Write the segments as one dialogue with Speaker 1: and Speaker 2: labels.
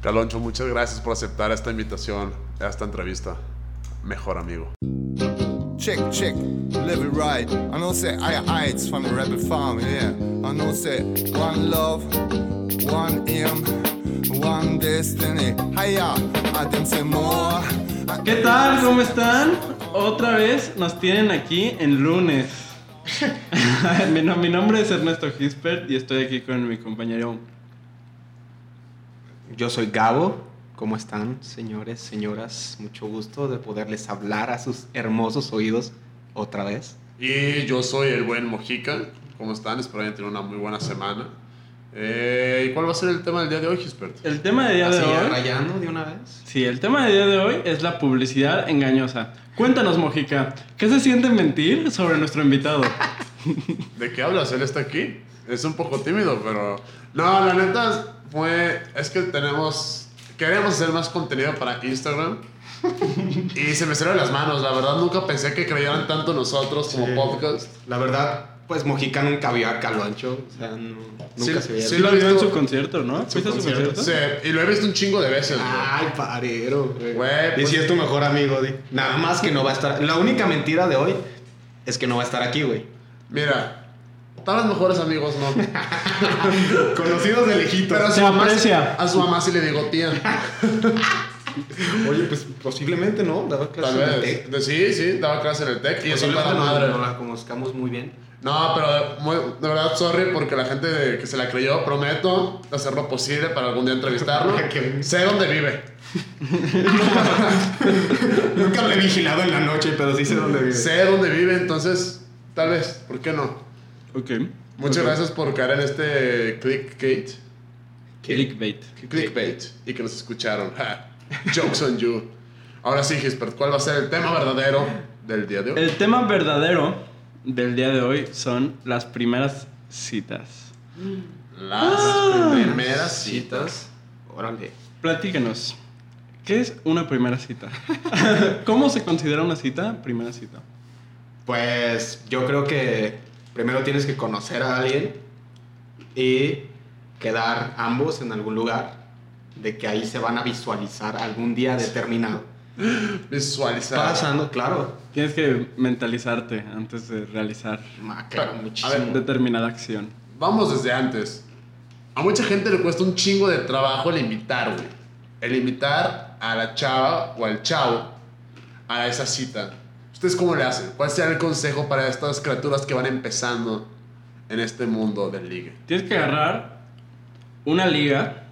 Speaker 1: Caloncho, muchas gracias por aceptar esta invitación, esta entrevista. Mejor amigo.
Speaker 2: Check, check, live it right. I know say higher heights from the rebel farm, yeah. I know say one love, one aim, one destiny. Higher, I them say more.
Speaker 3: ¿Qué tal? ¿Cómo están? Otra vez nos tienen aquí en lunes. mi, no- mi nombre es Ernesto Gispert y estoy aquí con mi compañero.
Speaker 4: Yo soy Gabo. ¿Cómo están, señores, señoras? Mucho gusto de poderles hablar a sus hermosos oídos otra vez.
Speaker 1: Y yo soy el buen Mojica. ¿Cómo están? Espero hayan tenido una muy buena semana. Eh, ¿Y cuál va a ser el tema del día de hoy, Gispert?
Speaker 3: El tema del día de
Speaker 4: Así,
Speaker 3: hoy.
Speaker 4: rayando de una vez.
Speaker 3: Sí, el tema del día de hoy es la publicidad engañosa. Cuéntanos, Mojica, ¿qué se siente mentir sobre nuestro invitado?
Speaker 1: ¿De qué hablas? Él está aquí. Es un poco tímido, pero... No, la neta fue... Es que tenemos... Queremos hacer más contenido para Instagram. y se me cerraron las manos. La verdad, nunca pensé que creyeran tanto nosotros como podcast.
Speaker 4: La verdad, pues Mojica nunca vio a Caloncho. O sea, no- nunca
Speaker 1: Sí,
Speaker 4: se veía.
Speaker 1: sí
Speaker 3: Sí lo vio en su
Speaker 1: visto.
Speaker 3: concierto, ¿no? ¿Fuiste a su concierto? Ah,
Speaker 1: Sí, y lo he visto un chingo de veces. güey.
Speaker 4: Ay, parero.
Speaker 1: Güey,
Speaker 4: Y
Speaker 1: pues-
Speaker 4: si es tu mejor amigo, di. Nada más que no va a estar. La única mentira de hoy es que no va a estar aquí, güey.
Speaker 1: Mira, tal vez mejores amigos no.
Speaker 4: Conocidos de lejitos.
Speaker 1: Pero a su,
Speaker 3: Se
Speaker 1: mamá,
Speaker 3: aprecia.
Speaker 1: a su mamá sí le digo tía.
Speaker 4: Oye, pues posiblemente no. Daba
Speaker 1: Tal
Speaker 4: clases en
Speaker 1: vez.
Speaker 4: el TEC. Pues
Speaker 1: De- sí, sí, daba clase en el TEC. Y eso
Speaker 4: Posiblemente
Speaker 1: para la
Speaker 4: no-
Speaker 1: madre.
Speaker 4: No la conozcamos muy bien.
Speaker 1: No, pero muy- de verdad, sorry, porque la gente de- que se la creyó, prometo hacer lo posible para algún día entrevistarlo.
Speaker 4: Que-
Speaker 1: sé dónde vive.
Speaker 4: Nunca lo he vigilado en la noche, pero sí sé dónde vive.
Speaker 1: Sé dónde vive, entonces, tal vez, ¿por qué no?
Speaker 3: Ok.
Speaker 1: Muchas gracias por caer en este clickbait.
Speaker 3: Clickbait.
Speaker 1: Clickbait. Y que nos escucharon. Ja. Jokes on you. Ahora sí, Gisbert, ¿cuál va a ser el tema verdadero del día de hoy?
Speaker 3: El tema verdadero del día de hoy son las primeras citas.
Speaker 1: Las primeras citas.
Speaker 4: Órale.
Speaker 3: Platícanos, ¿qué es una primera cita? ¿Cómo se considera una cita? Primera cita.
Speaker 4: Pues yo creo que primero tienes que conocer a alguien y quedar ambos en algún lugar de que ahí se van a visualizar algún día determinado.
Speaker 1: Visualizar.
Speaker 4: Pasando, claro.
Speaker 3: Tienes que mentalizarte antes de realizar
Speaker 4: Ma, claro,
Speaker 1: Pero, a
Speaker 4: muchísimo.
Speaker 3: determinada acción.
Speaker 1: Vamos desde antes. A mucha gente le cuesta un chingo de trabajo el invitar, güey. El invitar a la chava o al chavo a esa cita. ¿Ustedes cómo le hacen? ¿Cuál será el consejo para estas criaturas que van empezando en este mundo del ligue?
Speaker 3: Tienes que agarrar una liga,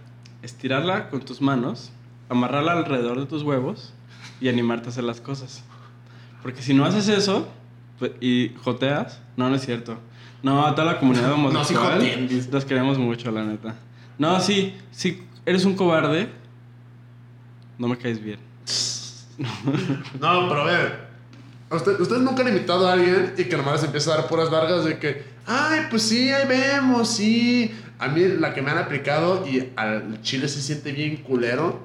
Speaker 3: estirarla con tus manos, amarrarla alrededor de tus huevos y animarte a hacer las cosas. Porque si no haces eso pues, y joteas, no, no es cierto. No, a toda la comunidad
Speaker 4: sí
Speaker 3: homosexual
Speaker 4: joteen, dice.
Speaker 3: los queremos mucho, la neta. No, sí, si eres un cobarde, no me caes bien.
Speaker 1: No, pero a ver. ¿usted- ¿Ustedes nunca han invitado a alguien y que nomás les empieza a dar puras largas de que, ay, pues sí, ahí vemos, sí. A mí la que me han aplicado y al chile se siente bien culero.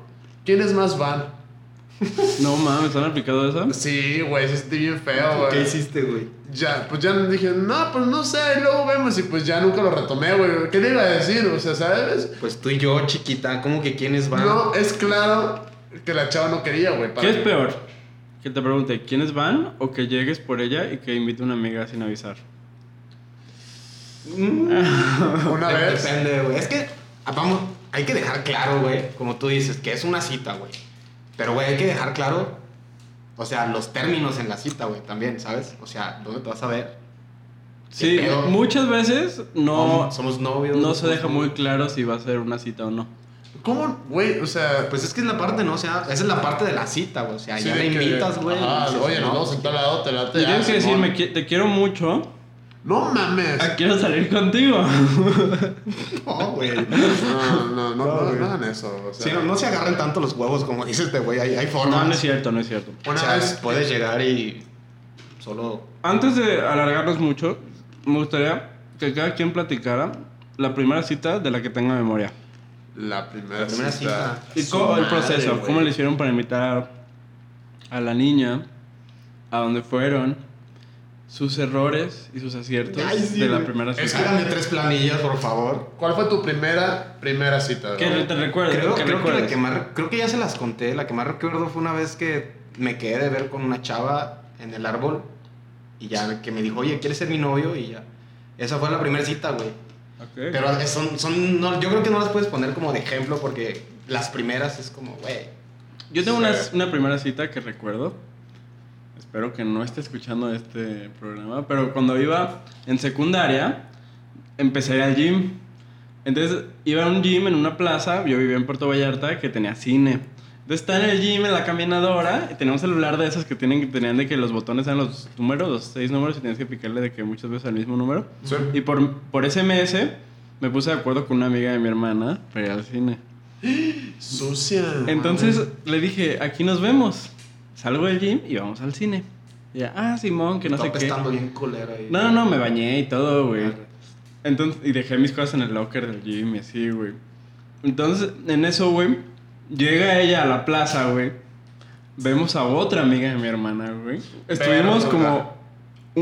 Speaker 1: ¿Quiénes más van?
Speaker 3: No mames, ¿están aplicado eso?
Speaker 1: Sí, güey, se siente bien feo,
Speaker 4: ¿Qué
Speaker 1: güey.
Speaker 4: hiciste, güey?
Speaker 1: Ya, pues ya dije, no, pues no sé, y luego vemos y pues ya nunca lo retomé, güey. ¿Qué le iba a decir? O sea, ¿sabes?
Speaker 4: Pues tú y yo, chiquita, ¿cómo que quiénes van?
Speaker 1: No, es claro que la chava no quería, güey. para
Speaker 3: ¿Qué es
Speaker 1: mí.
Speaker 3: peor? Que te pregunte quiénes van o que llegues por ella y que invite a una amiga sin avisar.
Speaker 1: Una
Speaker 4: Dep-
Speaker 1: vez.
Speaker 4: Depende, güey. Es que, ah, vamos, hay que dejar claro, güey, como tú dices, que es una cita, güey. Pero, güey, hay que dejar claro, o sea, los términos en la cita, güey, también, ¿sabes? O sea, ¿dónde te vas a ver?
Speaker 3: Sí,
Speaker 4: pedo?
Speaker 3: muchas veces no,
Speaker 4: Om- Somos novios.
Speaker 3: no se deja muy
Speaker 4: claro.
Speaker 3: claro si va a ser una cita o no.
Speaker 1: ¿Cómo, güey? O sea,
Speaker 4: Pues es que es la parte, ¿no? O sea, esa es la parte de la cita, güey. O sea,
Speaker 1: Sí,
Speaker 4: ya
Speaker 1: de
Speaker 4: le
Speaker 1: que-
Speaker 4: invitas, güey.
Speaker 1: ajá,
Speaker 4: y dices,
Speaker 1: Oye, nos
Speaker 4: no,
Speaker 1: vamos a sentar al lado, te late.
Speaker 3: Y
Speaker 1: ah,
Speaker 3: tienes que
Speaker 1: Simón.
Speaker 3: decirme, "Qui- te quiero mucho, ah,
Speaker 1: No mames.
Speaker 3: quiero salir contigo.
Speaker 4: No, güey.
Speaker 1: No, no, no, no,
Speaker 4: No, güey.
Speaker 1: no hagan eso. o sea.
Speaker 4: Sí, no, no se agarran tanto los huevos como dices, este, güey. Hay, hay formas.
Speaker 3: No, no es cierto, no es cierto.
Speaker 4: O
Speaker 1: Una
Speaker 4: sea,
Speaker 1: vez-
Speaker 4: puedes llegar y solo
Speaker 3: Antes de alargarnos mucho, me gustaría que cada quien platicara la primera cita de la que tenga memoria.
Speaker 1: La primera,
Speaker 4: La primera
Speaker 1: cita.
Speaker 4: cita.
Speaker 3: ¿Y
Speaker 4: Su
Speaker 3: cómo el
Speaker 4: madre,
Speaker 3: proceso?
Speaker 4: güey.
Speaker 3: ¿Cómo le hicieron para invitar a la niña? ¿A dónde fueron? sus errores y sus aciertos
Speaker 4: Ay, sí,
Speaker 3: de la
Speaker 4: güey.
Speaker 3: primera
Speaker 1: Es
Speaker 3: cita.
Speaker 1: que
Speaker 4: Háganme tres planillas, por favor.
Speaker 1: ¿Cuál fue tu primera, primera cita?
Speaker 3: Que
Speaker 1: Raúl?
Speaker 3: te recuerdes,
Speaker 4: Creo,
Speaker 3: que
Speaker 4: creo que la
Speaker 3: recuerdes.
Speaker 4: que más, creo que ya se las conté. La que más recuerdo fue una vez que me quedé de ver con una chava en el árbol y ya que me dijo, oye, ¿quieres ser mi novio? Y ya. Esa fue la primera cita, güey.
Speaker 3: Ok.
Speaker 4: Pero es- son, son, no, yo creo que no las puedes poner como de ejemplo porque las primeras es como, güey.
Speaker 3: Yo tengo una,
Speaker 1: Sí.
Speaker 3: una primera cita que recuerdo. Espero que no esté escuchando este programa. Pero cuando iba en secundaria, empecé a ir al gym. Entonces iba a un gym en una plaza. Yo vivía en Puerto Vallarta que tenía cine. Entonces estaba en el gym, en la caminadora. Y tenía un celular de esos que, tienen, que tenían de que los botones eran los números, los seis números. Y tenías que picarle de que muchas veces al mismo número.
Speaker 1: Sí.
Speaker 3: Y por, por SMS me puse de acuerdo con una amiga de mi hermana para ir al cine.
Speaker 1: Sucia.
Speaker 3: Entonces le dije, aquí nos vemos. Salgo del gym y vamos al cine. Y ya, ah, Simón, que no
Speaker 4: está
Speaker 3: sé qué.
Speaker 4: apestando bien culero ahí.
Speaker 3: No, no, me bañé y todo, güey.
Speaker 4: Arre.
Speaker 3: Entonces, y dejé mis cosas en el locker del gym y así, güey. Entonces, en eso, güey, llega ella a la plaza, güey. Vemos a otra amiga de mi hermana, güey. Estuvimos
Speaker 1: Verga.
Speaker 3: como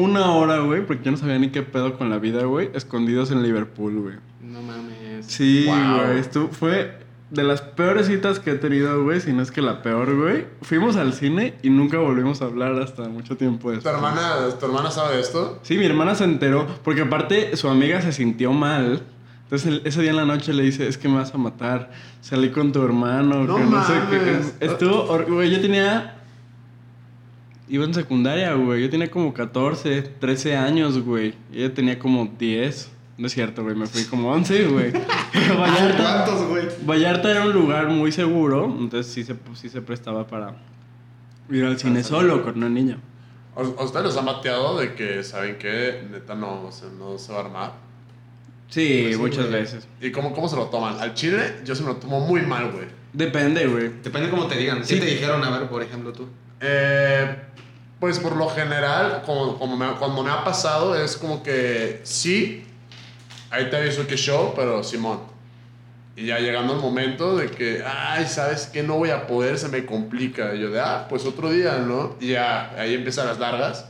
Speaker 3: una hora, güey, porque yo no sabía ni qué pedo con la vida, güey, escondidos en Liverpool, güey.
Speaker 4: No mames.
Speaker 3: Sí,
Speaker 1: Wow.
Speaker 3: güey. estu- Fue de las peores citas que he tenido, güey. Si no es que la peor, güey. Fuimos al cine y nunca volvimos a hablar hasta mucho tiempo
Speaker 1: ¿Tu
Speaker 3: después.
Speaker 1: hermana, ¿Tu hermana sabe de esto?
Speaker 3: Sí, mi hermana se enteró. Porque aparte su amiga se sintió mal. Entonces el- ese día en la noche le dice, es que me vas a matar. Salí con tu hermano.
Speaker 1: No
Speaker 3: que no sé
Speaker 1: mames.
Speaker 3: qué. Estuvo... hor- Güey, yo tenía... Iba en secundaria, güey. Yo tenía como 14, 13 años, güey. Y Ella tenía como 10. No es cierto, güey. Me fui como 11, güey. Pero Vallarta...
Speaker 4: ¿Cuántos, güey?
Speaker 3: Vallarta era un lugar muy seguro, entonces sí se, sí se prestaba para ir al cine solo con una niña.
Speaker 1: ¿A a ustedes les ha mateado de que saben que neta no, o sea, no se va a armar?
Speaker 3: Sí,
Speaker 4: Pues sí,
Speaker 3: muchas
Speaker 4: güey.
Speaker 3: veces.
Speaker 1: ¿Y cómo, cómo se lo toman? Al chile yo se me lo tomo muy mal, güey.
Speaker 3: Depende, güey.
Speaker 4: Depende cómo te digan. Si
Speaker 3: Sí.
Speaker 4: te dijeron, a ver, por ejemplo, tú.
Speaker 1: Eh, pues por lo general, como, como me, cuando me ha pasado, es como que sí, ahí te aviso que show, pero Simón. Y ya llegando el momento de que, ay, ¿sabes qué? No voy a poder, se me complica. Y yo de, ah, pues otro día, ¿no? Y ya, ahí empiezan las largas.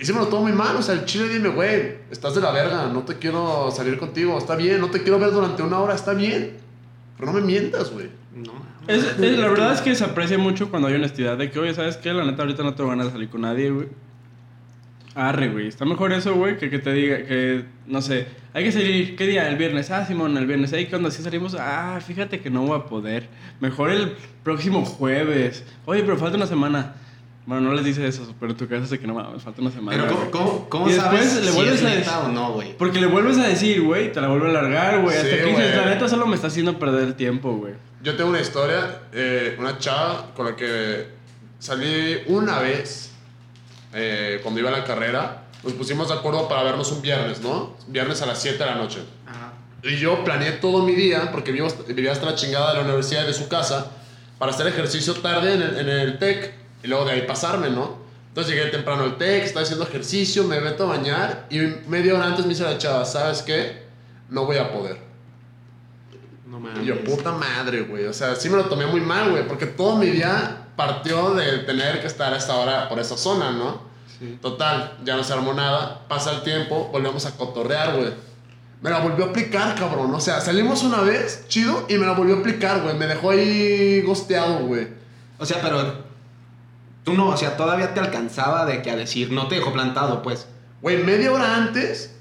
Speaker 1: Y se me lo tomo muy mal, o sea, el chile dime, güey, estás de la verga, no te quiero salir contigo, está bien, no te quiero ver durante una hora, está bien. Pero no me mientas, güey.
Speaker 4: No.
Speaker 3: Es- es- la verdad es que se aprecia mucho cuando hay honestidad de que, oye, ¿sabes qué? La neta, ahorita no tengo ganas de salir con nadie, güey. Arre, güey. Está mejor eso, güey, que que te diga que, no sé, hay que salir, ¿qué día? El viernes. Ah, Simón, el viernes. Ahí cuando así salimos, ah, fíjate que no voy a poder. Mejor el próximo jueves. Oye, pero falta una semana. Bueno, no les dice eso, pero tu casa es de que no mames, falta una semana.
Speaker 4: Pero
Speaker 3: güey.
Speaker 4: ¿cómo, cómo, cómo
Speaker 3: Y después
Speaker 4: sabes
Speaker 3: le
Speaker 4: si
Speaker 3: vuelves
Speaker 4: es
Speaker 3: a
Speaker 4: neta
Speaker 3: decir-
Speaker 4: o no, güey?
Speaker 3: Porque le vuelves a decir, güey, te la vuelvo a largar, güey.
Speaker 1: Sí,
Speaker 3: Hasta que dices,
Speaker 1: güey.
Speaker 3: la neta solo me está haciendo perder el tiempo, güey.
Speaker 1: Yo tengo una historia, eh, una chava con la que salí una vez eh, cuando iba a la carrera. Nos pusimos de acuerdo para vernos un viernes, ¿no? Viernes a las 7 de la noche.
Speaker 4: Ajá.
Speaker 1: Y yo planeé todo mi día, porque vivo hasta- vivía hasta la chingada de la universidad y de su casa, para hacer ejercicio tarde en el, en el TEC y luego de ahí pasarme, ¿no? Entonces llegué temprano al TEC, estaba haciendo ejercicio, me meto a bañar y media hora antes me dice la chava, ¿sabes qué? No voy a poder.
Speaker 4: No
Speaker 1: Y
Speaker 4: mames.
Speaker 1: yo, puta madre, güey. O sea, sí me lo tomé muy mal, güey. Porque todo mi día partió de tener que estar a esta hora por esa zona, ¿no?
Speaker 4: Sí.
Speaker 1: Total, ya no se armó nada. Pasa el tiempo, volvemos a cotorrear, güey. Me la volvió a aplicar, cabrón. O sea, salimos una vez, chido, y me la volvió a aplicar, güey. Me dejó ahí gosteado, güey.
Speaker 4: O sea, pero tú no, o sea, todavía te alcanzaba de que a decir, no te dejó plantado, pues.
Speaker 1: Güey, media hora antes,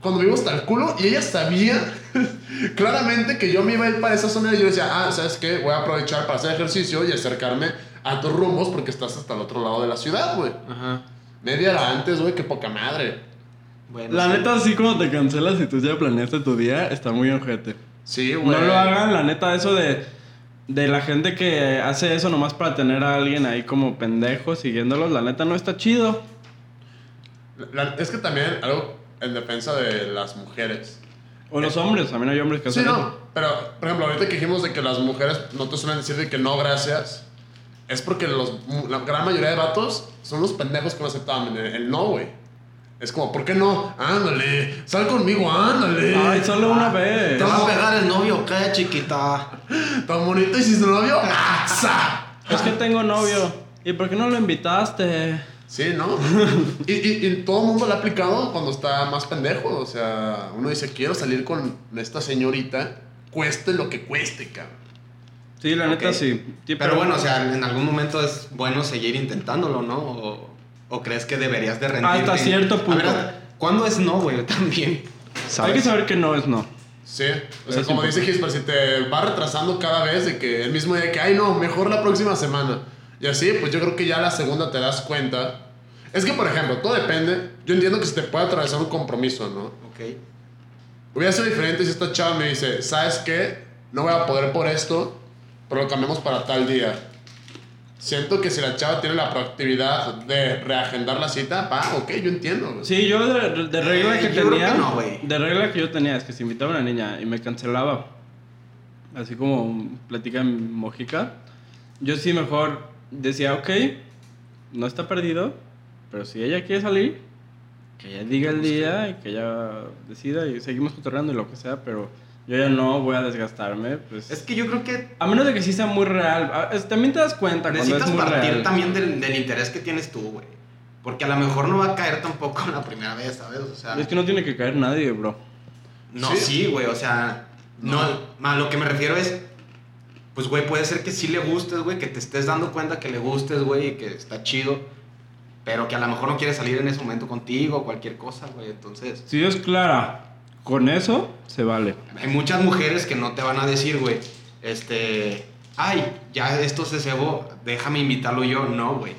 Speaker 1: cuando vimos hasta el culo, y ella sabía claramente que yo me iba a ir para esa zona y yo decía, ah, ¿sabes qué? Voy a aprovechar para hacer ejercicio y acercarme a tus rumbos porque estás hasta el otro lado de la ciudad, güey.
Speaker 4: Ajá.
Speaker 1: Media hora antes, güey, qué poca madre.
Speaker 4: Bueno.
Speaker 3: La
Speaker 4: sí.
Speaker 3: neta, sí, cuando te cancelas y tú ya planeaste tu día, está muy ojete.
Speaker 1: Sí,
Speaker 3: No lo hagan, la neta, eso de, de la gente que hace eso nomás para tener a alguien ahí como pendejo siguiéndolos, la neta no está chido.
Speaker 1: La- es que también, algo en defensa de las mujeres.
Speaker 3: O
Speaker 4: Eh,
Speaker 3: los hombres, también hay hombres que
Speaker 1: Sí,
Speaker 3: hacen
Speaker 1: no.
Speaker 3: eso.
Speaker 1: Pero, por ejemplo, ahorita que dijimos de que las mujeres no te suelen decir de que no, gracias, es porque los, la gran mayoría de vatos son los pendejos que no aceptaban el, el no, güey. Es como, ¿por qué no? Ándale, sal conmigo, ándale.
Speaker 3: Ay, solo una
Speaker 4: Ah,
Speaker 3: vez.
Speaker 4: ¿Te va a pegar el novio o qué, chiquita?
Speaker 1: Tan bonito y sin novio, ¡axa!
Speaker 3: Es que tengo novio. ¿Y por qué no lo invitaste?
Speaker 1: Sí, ¿no? y, y- y todo el mundo lo ha aplicado cuando está más pendejo. O sea, uno dice, quiero salir con esta señorita, cueste lo que cueste, cabrón.
Speaker 3: Sí, la neta
Speaker 4: Ok.
Speaker 3: sí. Sí,
Speaker 4: Pero bueno, o sea, en algún momento es bueno seguir intentándolo, ¿no? O, o crees que deberías de rendirte.
Speaker 3: Hasta cierto
Speaker 4: A
Speaker 3: punto.
Speaker 4: ver, ¿cuándo es no, güey? También.
Speaker 3: hay que
Speaker 4: ¿Sabes?
Speaker 3: saber que no es no.
Speaker 1: Sí, o sea,
Speaker 3: Es
Speaker 1: como dice
Speaker 3: importante.
Speaker 1: Gisper, si te va retrasando cada vez de que el mismo día que, ay no, mejor la próxima semana. Y así, pues yo creo que ya la segunda te das cuenta. Es que, por ejemplo, todo depende. Yo entiendo que se te puede atravesar un compromiso, ¿no?
Speaker 4: Ok.
Speaker 1: Hubiera sido diferente si esta chava me dice, ¿sabes qué? No voy a poder por esto, pero lo cambiamos para tal día. Siento que si la chava tiene la proactividad de reagendar la cita, pa, ok, yo entiendo.
Speaker 3: Sí, yo de, de regla
Speaker 4: Eh,
Speaker 3: que
Speaker 4: yo creo
Speaker 3: tenía.
Speaker 4: que no, güey.
Speaker 3: de regla que yo tenía es que si invitaba a una niña y me cancelaba, así como platica mi mojica, yo sí mejor decía, ok, no está perdido, pero si ella quiere salir, que ella diga el día y que ella decida y seguimos cotorreando y lo que sea, pero yo ya no voy a desgastarme. Pues,
Speaker 4: Es que yo creo que
Speaker 3: a menos de que sí sea muy real. Ah, es- también te das cuenta cuando es
Speaker 4: Necesitas
Speaker 3: muy
Speaker 4: partir
Speaker 3: real.
Speaker 4: también del, del interés que tienes tú, güey. Porque a lo mejor no va a caer tampoco la primera vez, ¿sabes? O sea,
Speaker 3: Es que no tiene que caer nadie, bro.
Speaker 4: no,
Speaker 1: Sí.
Speaker 4: sí, güey, o sea, no, ma, lo que me refiero es, pues, güey, puede ser que sí le gustes, güey, que te estés dando cuenta que le gustes, güey, y que está chido, pero que a lo mejor no quiere salir en ese momento contigo o cualquier cosa, güey, entonces...
Speaker 3: Si es clara, con eso se vale.
Speaker 4: Hay muchas mujeres que no te van a decir, güey, este, ay, ya esto se cebó, déjame invitarlo yo. No, güey.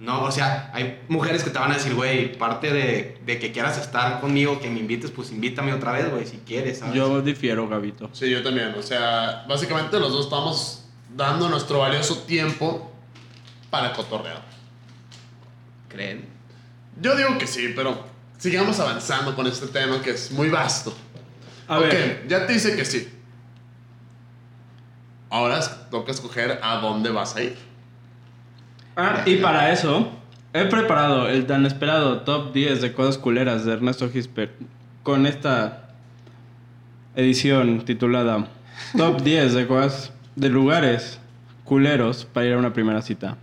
Speaker 4: No, o sea, hay mujeres que te van a decir, güey, parte de, de que quieras estar conmigo, que me invites, pues invítame otra vez, güey, si quieres, ¿sabes?
Speaker 3: Yo difiero, Gabito.
Speaker 1: Sí, yo también. O sea, básicamente los dos estamos dando nuestro valioso tiempo para cotorreo.
Speaker 4: ¿Creen?
Speaker 1: Yo digo que sí, pero sigamos avanzando con este tema que es muy vasto.
Speaker 3: A
Speaker 1: ok,
Speaker 3: ver,
Speaker 1: ya te dice que sí. Ahora es- toca escoger a dónde vas a ir.
Speaker 3: ah, y para eso he preparado el tan esperado top 10 de cosas culeras de Ernesto Gisper con esta edición titulada Top 10 de cosas de lugares culeros para ir a una primera cita.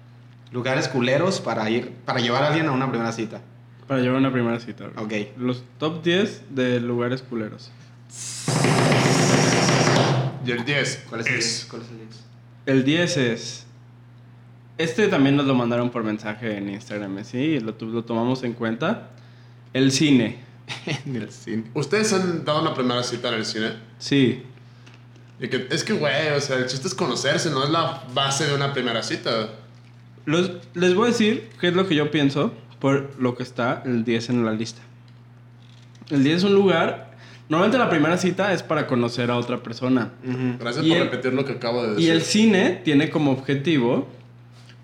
Speaker 4: Lugares culeros para ir, para llevar a alguien a una primera cita.
Speaker 3: Para llevar una primera cita. bro.
Speaker 4: Ok.
Speaker 3: Los top 10 de lugares culeros.
Speaker 1: Y el 10
Speaker 4: ¿Cuál es el diez? ¿Cuál es el diez?
Speaker 3: El 10 es. Este también nos lo mandaron por mensaje en Instagram, ¿eh? sí, lo, tu- lo tomamos en cuenta. El cine,
Speaker 4: En el cine.
Speaker 1: ¿Ustedes han dado una primera cita en el cine?
Speaker 3: sí.
Speaker 1: Y que- es que, güey, o sea, el chiste es conocerse, no es la base de una primera cita.
Speaker 3: Los- les voy a decir qué es lo que yo pienso por lo que está el 10 en la lista. El 10 es un lugar. Normalmente la primera cita es para conocer a otra persona.
Speaker 1: Gracias
Speaker 3: Mm. Y
Speaker 1: por
Speaker 3: el-
Speaker 1: repetir lo que acabo de decir.
Speaker 3: Y el cine tiene como objetivo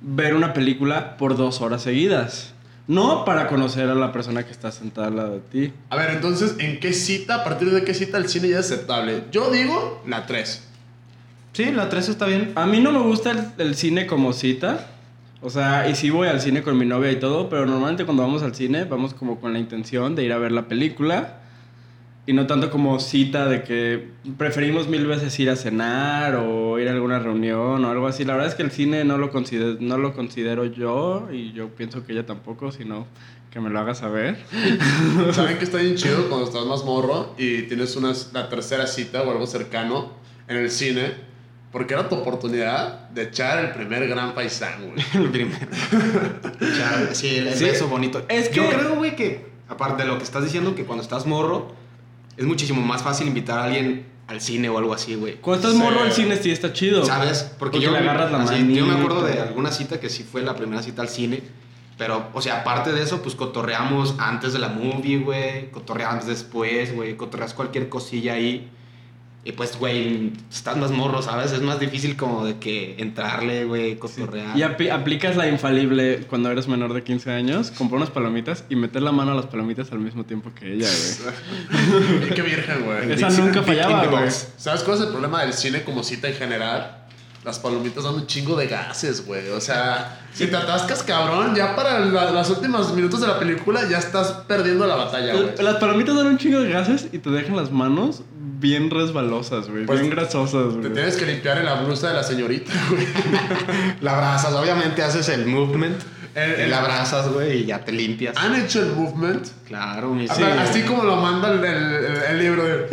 Speaker 3: ver una película por dos horas seguidas. No para conocer a la persona que está sentada al lado de ti.
Speaker 1: A ver, entonces, ¿en qué cita, a partir de qué cita el cine ya es aceptable? Yo digo la 3.
Speaker 4: Sí, la 3 está bien.
Speaker 3: A mí no me gusta el, el cine como cita. O sea, y sí voy al cine con mi novia y todo, pero normalmente cuando vamos al cine vamos como con la intención de ir a ver la película y no tanto como cita de que preferimos mil veces ir a cenar o ir a alguna reunión o algo así. La verdad es que el cine no lo considero, no lo considero yo y yo pienso que ella tampoco, sino que me lo haga saber.
Speaker 1: ¿Saben que está bien chido cuando estás más morro y tienes una, la tercera cita o algo cercano en el cine? Porque era tu oportunidad de echar el primer gran paisán, güey.
Speaker 4: El primero. Ya, sí, el, el
Speaker 3: Sí.
Speaker 4: beso bonito.
Speaker 3: Es
Speaker 4: Yo
Speaker 3: que-
Speaker 4: creo, güey, que aparte de lo que estás diciendo, que cuando estás morro, es muchísimo más fácil invitar a alguien al cine o algo así, güey.
Speaker 3: Cuando estás
Speaker 1: Sí.
Speaker 3: morro el cine sí está chido.
Speaker 4: ¿Sabes? Porque,
Speaker 3: Porque
Speaker 4: yo,
Speaker 3: le agarras la
Speaker 4: así, yo me acuerdo de
Speaker 3: manita.
Speaker 4: alguna cita que sí fue la primera cita al cine. Pero, o sea, aparte de eso, pues cotorreamos antes de la movie, güey. Cotorreamos después, güey. Cotorreas cualquier cosilla ahí. Y pues, güey, estás más morro, ¿sabes? Es más difícil como de que entrarle, güey, cotorrear.
Speaker 3: Y api- aplicas la infalible cuando eres menor de 15 años, comprar unas palomitas y meter la mano a las palomitas al mismo tiempo que ella, güey.
Speaker 1: Y qué virgen, güey.
Speaker 3: Esa
Speaker 4: Dixie
Speaker 3: nunca
Speaker 4: Pick in
Speaker 3: fallaba,
Speaker 4: the
Speaker 3: güey.
Speaker 4: box.
Speaker 1: ¿Sabes cuál es el problema del cine como cita en general? Las palomitas dan un chingo de gases, güey. O sea, si te atascas, cabrón, ya para la- las últimas minutos de la película ya estás perdiendo la batalla, güey.
Speaker 3: Las palomitas dan un chingo de gases y te dejan las manos bien resbalosas, güey.
Speaker 1: Pues,
Speaker 3: bien grasosas,
Speaker 1: Te
Speaker 3: güey.
Speaker 1: tienes que limpiar en la blusa de la señorita, güey.
Speaker 4: La abrazas, obviamente haces el movement.
Speaker 1: El-
Speaker 4: Te
Speaker 1: el-
Speaker 4: la abrazas, güey, y ya te limpias.
Speaker 1: Han hecho el movement.
Speaker 4: Claro, mi
Speaker 1: Así- Ah, Así como lo manda el, el- el libro de.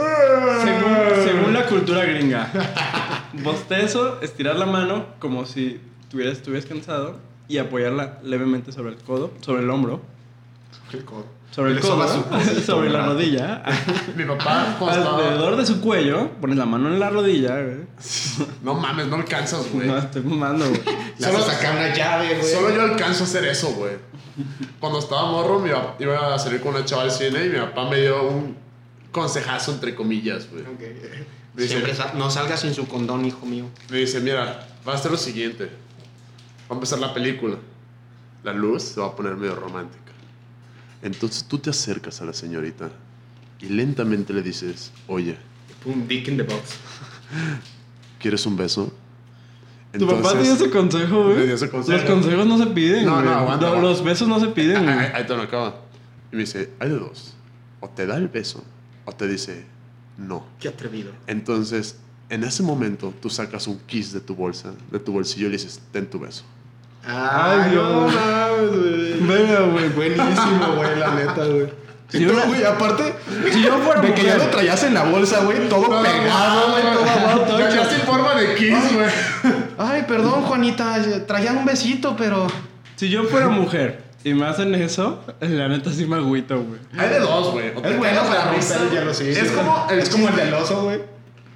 Speaker 3: Según, según la cultura gringa. Bostezo, estirar la mano como si tuvieras, estuvieras cansado y apoyarla levemente sobre el codo, sobre el hombro, sobre el
Speaker 4: Le
Speaker 3: codo,
Speaker 4: sobas su codito,
Speaker 3: sobre la
Speaker 4: ¿verdad?
Speaker 3: rodilla.
Speaker 1: Mi papá cuando estaba-
Speaker 3: Alrededor de su cuello, pones la mano en la rodilla, güey.
Speaker 1: No mames, no alcanzas, güey.
Speaker 3: No, estoy fumando, güey.
Speaker 4: Le
Speaker 1: Solo-
Speaker 4: haces sacar una llave, güey.
Speaker 1: Solo yo alcanzo a hacer eso, güey. Cuando estaba morro, mi papá- iba a salir con una chava al cine y mi papá me dio un consejazo, entre comillas, güey.
Speaker 4: Ok.
Speaker 1: Dice-
Speaker 4: Siempre sa- no salgas sin su condón, hijo mío.
Speaker 1: Me dice, mira, va a ser lo siguiente. Va a empezar la película. La luz se va a poner medio romántica. Entonces tú te acercas a la señorita y lentamente le dices, oye,
Speaker 4: Un dick in the box.
Speaker 1: ¿quieres un beso?
Speaker 3: Tu papá te dio ese consejo, güey.
Speaker 1: Me dio ese consejo.
Speaker 3: Los consejos no se piden.
Speaker 1: No, no,
Speaker 3: güey.
Speaker 1: aguanta,
Speaker 3: Los-
Speaker 1: aguanta.
Speaker 3: Los besos no se piden.
Speaker 1: Ah,
Speaker 3: güey.
Speaker 1: ah, Ahí te lo acaba. Y me dice, hay de dos. O te da el beso o te dice, no.
Speaker 4: Qué atrevido.
Speaker 1: Entonces, en ese momento, tú sacas un kiss de tu bolsa, de tu bolsillo y le dices, ten tu beso.
Speaker 3: Ay, Dios. Venga, güey.
Speaker 4: Buenísimo, güey, la neta, güey.
Speaker 3: Si
Speaker 4: Y tú,
Speaker 3: una-
Speaker 4: güey, aparte,
Speaker 3: Si yo fuera
Speaker 4: de que ya lo
Speaker 3: mujer,
Speaker 4: traías en la bolsa, güey, todo pegado, güey, todo abajo.
Speaker 1: Ya sin forma de kiss, güey.
Speaker 4: Ay, perdón, Juanita, traían un besito, pero...
Speaker 3: si yo fuera mujer y me hacen eso, la neta sí me agüito, güey.
Speaker 1: Hay de dos, güey. O te
Speaker 4: Es bueno
Speaker 1: cagas de
Speaker 4: para
Speaker 1: risa.
Speaker 4: romper el hielo, sí.
Speaker 1: Es
Speaker 4: sí,
Speaker 1: como
Speaker 4: güey.
Speaker 1: el
Speaker 4: es como el
Speaker 1: chiste-
Speaker 4: del oso, güey.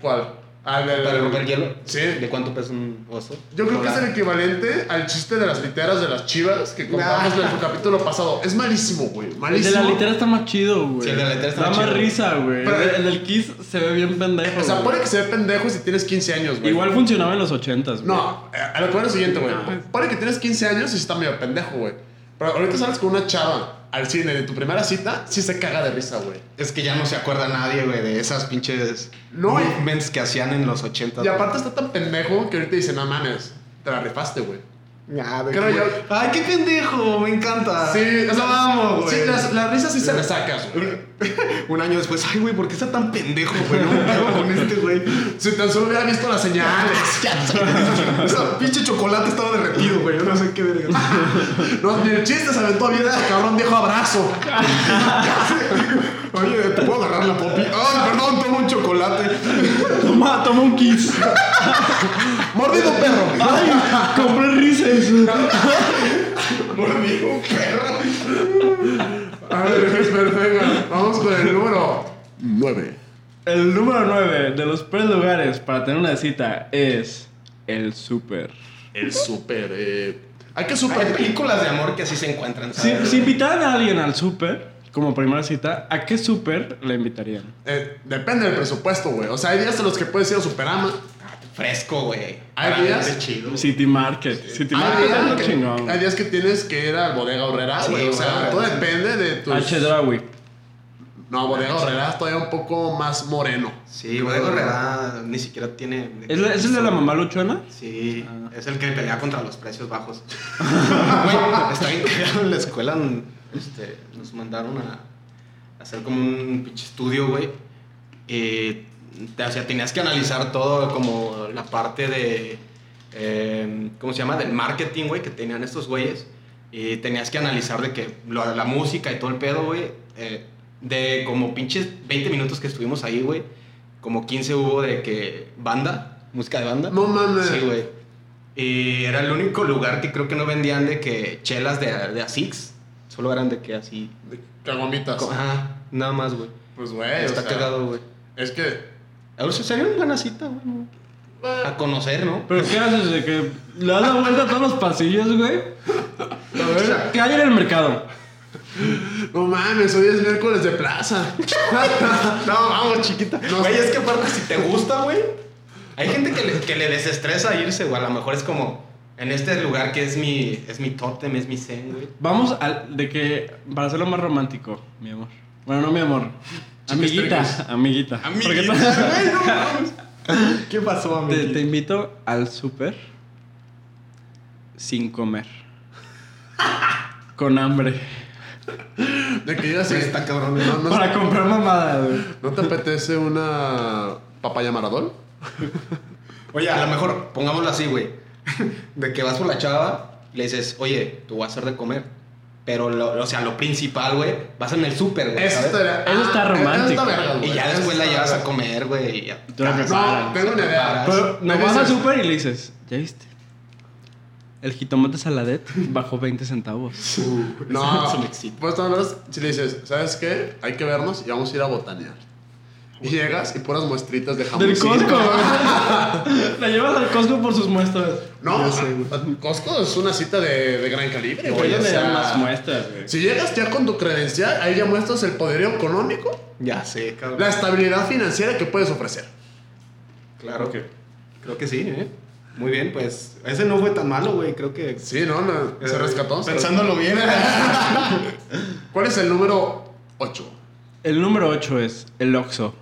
Speaker 1: ¿Cuál? Ah, el del-
Speaker 4: Para romper hielo.
Speaker 1: Sí.
Speaker 4: ¿De cuánto pesa un oso?
Speaker 1: Yo creo que es
Speaker 4: Hola.
Speaker 1: el equivalente al chiste de las literas de las chivas que contamos en el capítulo pasado. Es malísimo, güey.
Speaker 3: El de
Speaker 1: Malísimo.
Speaker 3: la litera está más chido, güey.
Speaker 4: Sí, el de la litera está
Speaker 3: Da
Speaker 4: más
Speaker 3: más
Speaker 4: chido.
Speaker 3: risa, güey.
Speaker 1: Pero-
Speaker 3: El del kiss se ve bien pendejo.
Speaker 1: O sea,
Speaker 3: güey.
Speaker 1: pone que se ve pendejo si tienes 15 años, güey.
Speaker 3: Igual funcionaba en los ochentas, güey.
Speaker 1: No, eh, a lo que voy es lo siguiente, güey. Pone que tienes 15 años y está medio pendejo, güey. Pero ahorita sales con una chava al cine de tu primera cita, sí se caga de risa, güey.
Speaker 4: Es que ya no se acuerda nadie, güey, de esas pinches
Speaker 1: No, y-
Speaker 4: movements que hacían en los 80.
Speaker 1: Y aparte está tan pendejo que ahorita dice, no mames, te la rifaste, güey. creo
Speaker 4: creo
Speaker 1: yo-
Speaker 4: Ay, qué pendejo, me
Speaker 3: Ah,
Speaker 4: encanta.
Speaker 1: Sí, o sea,
Speaker 4: lo amo, güey.
Speaker 1: Sí, las, las risas sí se las sacas, güey.
Speaker 4: Un año después, ay, güey, ¿por qué está tan pendejo, güey? No me cago con este, güey.
Speaker 1: Si tan solo hubiera visto las señales.
Speaker 4: Esa pinche chocolate estaba derretido, güey. Yo no sé qué verga.
Speaker 1: No, ni el chiste se aventó bien ese cabrón viejo abrazo.
Speaker 4: Oye, ¿te puedo agarrar la popi? Ay, perdón, tomo un chocolate.
Speaker 3: Toma, toma un kiss.
Speaker 1: Mordido perro.
Speaker 3: Ay, compré risas.
Speaker 4: Mordí un perro.
Speaker 1: A ver, es perfecto. Vamos con el número 9.
Speaker 3: El número 9 de los peores lugares para tener una cita es el súper.
Speaker 1: El super. Eh, hay que
Speaker 4: Hay
Speaker 1: super.
Speaker 4: películas de amor que así se encuentran,
Speaker 3: Si,
Speaker 4: ¿sabes?
Speaker 3: si invitaran a alguien al súper como primera cita, ¿a qué súper le invitarían?
Speaker 1: Eh, depende del presupuesto, güey. O sea, hay días en los que puedes ir a Superama.
Speaker 4: Fresco, güey.
Speaker 1: Hay
Speaker 4: Para
Speaker 1: días-
Speaker 4: gente chido.
Speaker 3: City Market. City
Speaker 1: Hay,
Speaker 3: Market es
Speaker 1: días
Speaker 3: lo
Speaker 1: Ah, que-
Speaker 3: chingón.
Speaker 1: hay días que tienes que ir a Bodega Horrera,
Speaker 4: Sí,
Speaker 1: güey. o sea,
Speaker 4: Bodega
Speaker 1: todo
Speaker 4: Horrera.
Speaker 1: depende de tus...
Speaker 3: H. Drawi.
Speaker 1: No, Bodega Horrera es todavía un poco más moreno.
Speaker 4: Sí, güey, Herrera ni siquiera tiene.
Speaker 3: ¿Es, la- es el de la mamá luchona?
Speaker 4: Sí,
Speaker 3: Ah.
Speaker 4: es el que pelea contra los precios bajos. Güey, está bien cagado en la escuela. n- este, nos mandaron a hacer como un pinche estudio, güey. Y te, o sea, tenías que analizar todo como la parte de. eh, ¿Cómo se llama? Del marketing, güey, que tenían estos güeyes. Y tenías que analizar de que lo- la música y todo el pedo, güey. eh, de como pinches 20 minutos que estuvimos ahí, güey. Como 15 hubo de que banda, música de banda.
Speaker 1: No mames.
Speaker 4: Sí, güey. Y era el único lugar que creo que no vendían de que chelas de, de Asics. Solo eran de que así.
Speaker 1: De Cagomitas.
Speaker 4: co- Ajá, Eh, nada más, güey.
Speaker 1: Pues, güey,
Speaker 4: Está
Speaker 1: o sea,
Speaker 4: cagado, güey.
Speaker 1: Es que...
Speaker 4: A ver, sería una buena cita, güey. ¿no? A conocer, ¿no?
Speaker 3: ¿Pero qué haces? ¿De que le das la vuelta a todos los pasillos, güey? A ver, ¿qué hay en el mercado?
Speaker 1: No mames, hoy es miércoles de plaza.
Speaker 4: No, vamos, chiquita.
Speaker 1: No.
Speaker 4: Güey, es que aparte, si te gusta, güey. Hay gente que le, que le desestresa irse, güey. A lo mejor es como en este lugar que es mi, es mi tótem, es mi zen, güey.
Speaker 3: Vamos al, de que, para hacerlo más romántico, mi amor. Bueno, no mi amor. Amiguita,
Speaker 1: tricas.
Speaker 3: amiguita. Porque
Speaker 4: Amiguita, güey, no mames. ¿Qué pasó,
Speaker 3: Te,
Speaker 4: amiguita?
Speaker 3: te invito al súper sin comer. Con hambre.
Speaker 1: De que llegas y...
Speaker 4: Está cabrón,
Speaker 1: No, no,
Speaker 3: Para comprar mamada, güey.
Speaker 1: ¿No te apetece una papaya maradol?
Speaker 4: Oye, a lo mejor, pongámoslo así, güey. De que vas por la chava le dices, oye, tú vas a hacer de comer. Pero, lo- o sea, lo principal, güey, vas en el súper, güey. ¿sabes?
Speaker 3: Eso
Speaker 1: ah,
Speaker 3: está romántico.
Speaker 4: Y ya después la llevas a comer, güey. y ya.
Speaker 3: Tú la preparas.
Speaker 1: No, tengo una
Speaker 4: Ah,
Speaker 1: idea.
Speaker 3: Pero no vas al
Speaker 1: dices-
Speaker 3: súper y le dices, ¿ya viste? El jitomate saladet bajó 20 centavos.
Speaker 1: No,
Speaker 4: Eso me excita.
Speaker 1: pues tal vez si le dices, ¿sabes qué? Hay que vernos y vamos a ir a botanear. Y llegas y puras muestritas de jamón.
Speaker 3: Del Costco. la llevas al Costco por sus muestras.
Speaker 1: No, Costco es una cita de, de gran calibre, güey.
Speaker 3: Oye,
Speaker 1: o
Speaker 3: le
Speaker 1: sea,
Speaker 3: dan más muestras, güey.
Speaker 1: Si llegas ya con tu credencial, ahí ya muestras el poderío económico,
Speaker 4: Ya sé, cabrón.
Speaker 1: la estabilidad financiera que puedes ofrecer.
Speaker 4: Claro que. Creo que sí, ¿eh? Muy bien, pues. Ese no fue tan malo, güey. Creo que.
Speaker 1: Sí, ¿no? No, Se
Speaker 4: eh,
Speaker 1: rescató. se
Speaker 4: Pensándolo bien.
Speaker 1: rescató. ¿Cuál es el número 8?
Speaker 3: El número 8 es el Oxxo.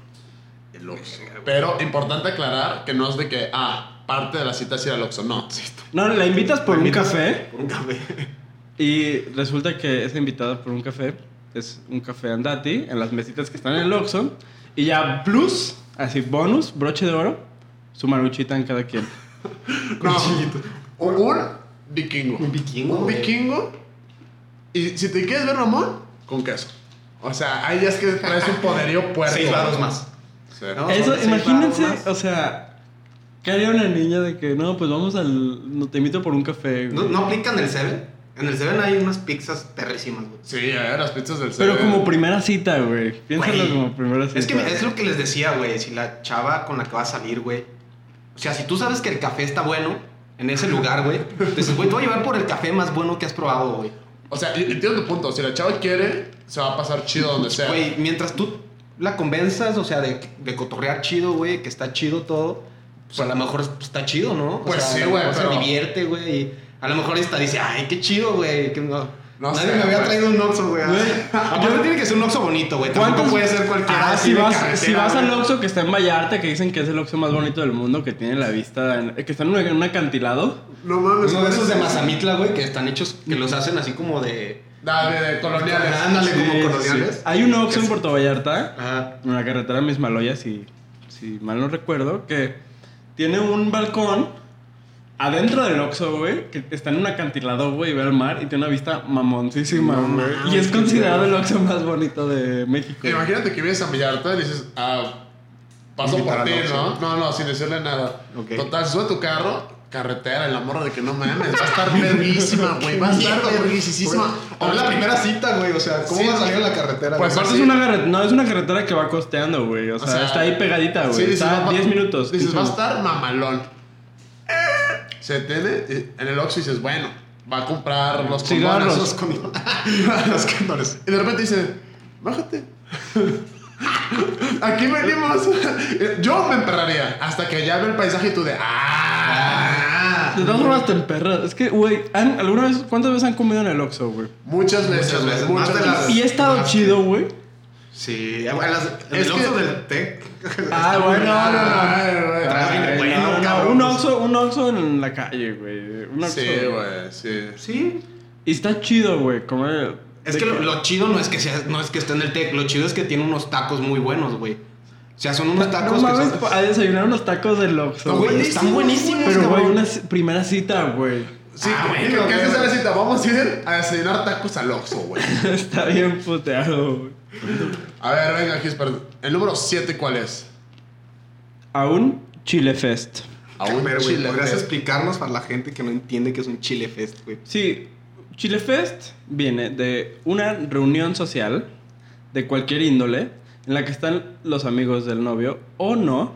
Speaker 1: El Oxxo. Pero importante aclarar que no es de que, ah, parte de la cita es ir al Oxxo. No.
Speaker 3: No, la invitas por un café
Speaker 4: Un café.
Speaker 3: y resulta que es invitada por un café. Es un café andati en las mesitas que están en el Oxxo. Y ya plus, así bonus, broche de oro, su maruchita en cada quien.
Speaker 1: No. Un, un vikingo.
Speaker 4: Un vikingo,
Speaker 1: Un
Speaker 4: güey.
Speaker 1: vikingo. Y si te quieres ver mamón, con queso. O sea, ahí ya es que traes un poderío puerco.
Speaker 4: Seis varos más.
Speaker 1: Sí.
Speaker 4: ¿no?
Speaker 3: Eso,
Speaker 4: Sí,
Speaker 3: imagínense,
Speaker 4: vamos.
Speaker 3: o sea, ¿qué haría una niña de que no, pues vamos al. No te invito por un café,
Speaker 4: ¿No,
Speaker 3: güey"?
Speaker 4: no aplican el Seven? En el Seven hay unas pizzas terrísimas, güey.
Speaker 1: Sí, a ver, las pizzas del
Speaker 3: Pero
Speaker 1: Seven.
Speaker 3: como primera cita, güey. Piénsalo
Speaker 4: Güey.
Speaker 3: como primera cita.
Speaker 4: Es que es lo que les decía, güey. Si la chava con la que vas a salir, güey. O sea, si tú sabes que el café está bueno en ese lugar, güey. Entonces, güey, te voy a llevar por el café más bueno que has probado, güey.
Speaker 1: O sea, y- entiendo tu punto. Si la chava quiere, se va a pasar chido donde sea.
Speaker 4: Güey, mientras tú la convenzas, o sea, de, de cotorrear chido, güey, que está chido todo, pues a lo mejor está chido, ¿no? O
Speaker 1: Pues
Speaker 4: sea,
Speaker 1: sí,
Speaker 4: a lo
Speaker 1: güey,
Speaker 4: mejor
Speaker 1: pero-
Speaker 4: Se divierte, güey. y A lo mejor esta dice, ay, qué chido, güey. que no-
Speaker 1: No
Speaker 4: Nadie
Speaker 1: sé,
Speaker 4: me había
Speaker 1: güey.
Speaker 4: traído un Oxxo, güey.
Speaker 3: Güey,
Speaker 4: Aparte tiene que ser un Oxxo bonito, güey. Tampoco puede ser cualquiera.
Speaker 3: Ah,
Speaker 4: así
Speaker 3: si
Speaker 4: de
Speaker 3: vas,
Speaker 4: carretera,
Speaker 3: si vas al
Speaker 4: güey.
Speaker 3: Oxxo que está en Vallarta, que dicen que es el Oxxo más bonito del mundo, que tiene la vista. en- eh, que está en un, en un acantilado.
Speaker 1: No mames.
Speaker 4: Uno de esos de
Speaker 1: ¿cuál es?
Speaker 4: Mazamitla, güey, que están hechos, que los hacen así como de. Ah,
Speaker 1: Dale, de coloniales.
Speaker 4: Ándale,
Speaker 3: Sí,
Speaker 4: como
Speaker 3: sí.
Speaker 4: coloniales.
Speaker 3: Hay un Oxxo en Puerto Vallarta,
Speaker 4: Ajá.
Speaker 3: en la carretera Mismaloya, si, si mal no recuerdo, que tiene un balcón adentro del Oxxo, güey, que está en un acantilado, güey, y ve al mar y tiene una vista mamoncísima, güey. y es considerado el Oxxo más bonito de México.
Speaker 1: Imagínate que vienes a Villarta y dices, ah, paso
Speaker 4: Invitar
Speaker 1: por
Speaker 4: a
Speaker 1: ti,
Speaker 4: Oxxo.
Speaker 1: ¿no? No, no, sin decirle nada.
Speaker 4: Ok.
Speaker 1: Total, sube tu carro, carretera, y la morra de que no mames, va a estar verguísima, güey, va a estar verguísima.
Speaker 4: O la primera cita, güey. O sea, ¿cómo
Speaker 1: Sí.
Speaker 4: vas a salir a la carretera?
Speaker 1: Pues,
Speaker 4: güey?
Speaker 3: Aparte
Speaker 1: sí.
Speaker 3: es una carretera, no, es una carretera que va costeando, güey. O, sea,
Speaker 1: sea,
Speaker 3: está ahí pegadita, güey. está
Speaker 1: va-
Speaker 3: 10 minutos.
Speaker 1: Dices,
Speaker 3: 15
Speaker 1: va a
Speaker 3: minutos.
Speaker 1: estar mamalón. Se tiene y en el Oxxo y dices, bueno, va a comprar los
Speaker 3: Cigarros.
Speaker 1: condones, los condones. los condones. Y de repente dice, bájate. Aquí venimos. Yo me emperraría hasta que ya ve el paisaje y tú de, ah.
Speaker 3: De todas formas te emperras. Es que, güey, ¿han- ¿alguna vez, cuántas veces han comido en el Oxxo, güey?
Speaker 1: Muchas veces,
Speaker 4: Muchas
Speaker 1: güey,
Speaker 4: veces,
Speaker 1: muchas
Speaker 4: más de las-
Speaker 1: veces.
Speaker 3: Y he estado
Speaker 4: Más
Speaker 3: chido, güey.
Speaker 4: Sí, a las,
Speaker 1: Es
Speaker 4: el
Speaker 1: que-
Speaker 4: Oxxo del Tec.
Speaker 3: Ah, bueno, no, no, no.
Speaker 1: Tráfico,
Speaker 3: Ay,
Speaker 4: bueno,
Speaker 3: no, no,
Speaker 4: cabrón.
Speaker 3: un oxo, un oxo en la calle, güey. Un oxo.
Speaker 1: Sí, güey, sí.
Speaker 4: Sí.
Speaker 3: Y está chido, güey, comer.
Speaker 4: Es
Speaker 3: de
Speaker 4: que lo, lo chido no es que sea, no es que esté en el Tec, lo chido es que tiene unos tacos muy buenos, güey. O sea, son unos
Speaker 3: No
Speaker 4: tacos que
Speaker 3: mames,
Speaker 4: son-
Speaker 3: a desayunar unos tacos del Oxxo.
Speaker 4: Están
Speaker 3: güey.
Speaker 4: buenísimos, güey.
Speaker 3: Pero, güey,
Speaker 4: cabrón.
Speaker 3: una c- primera cita, güey.
Speaker 1: Sí,
Speaker 4: Ah,
Speaker 1: güey,
Speaker 4: bueno,
Speaker 1: ¿qué haces
Speaker 4: güey.
Speaker 1: a la cita? Vamos a ir a desayunar tacos al Oxxo, güey.
Speaker 3: Está bien puteado, güey.
Speaker 1: A ver, venga, Gisper. ¿El número 7 cuál es?
Speaker 3: A un chile fest.
Speaker 1: A
Speaker 4: A ver, güey,
Speaker 1: chile
Speaker 4: ¿podrías
Speaker 1: fest.
Speaker 4: explicarnos para la gente que no entiende que es un chile fest, güey?
Speaker 3: Sí, Chile Fest viene de una reunión social de cualquier índole en la que están los amigos del novio o no,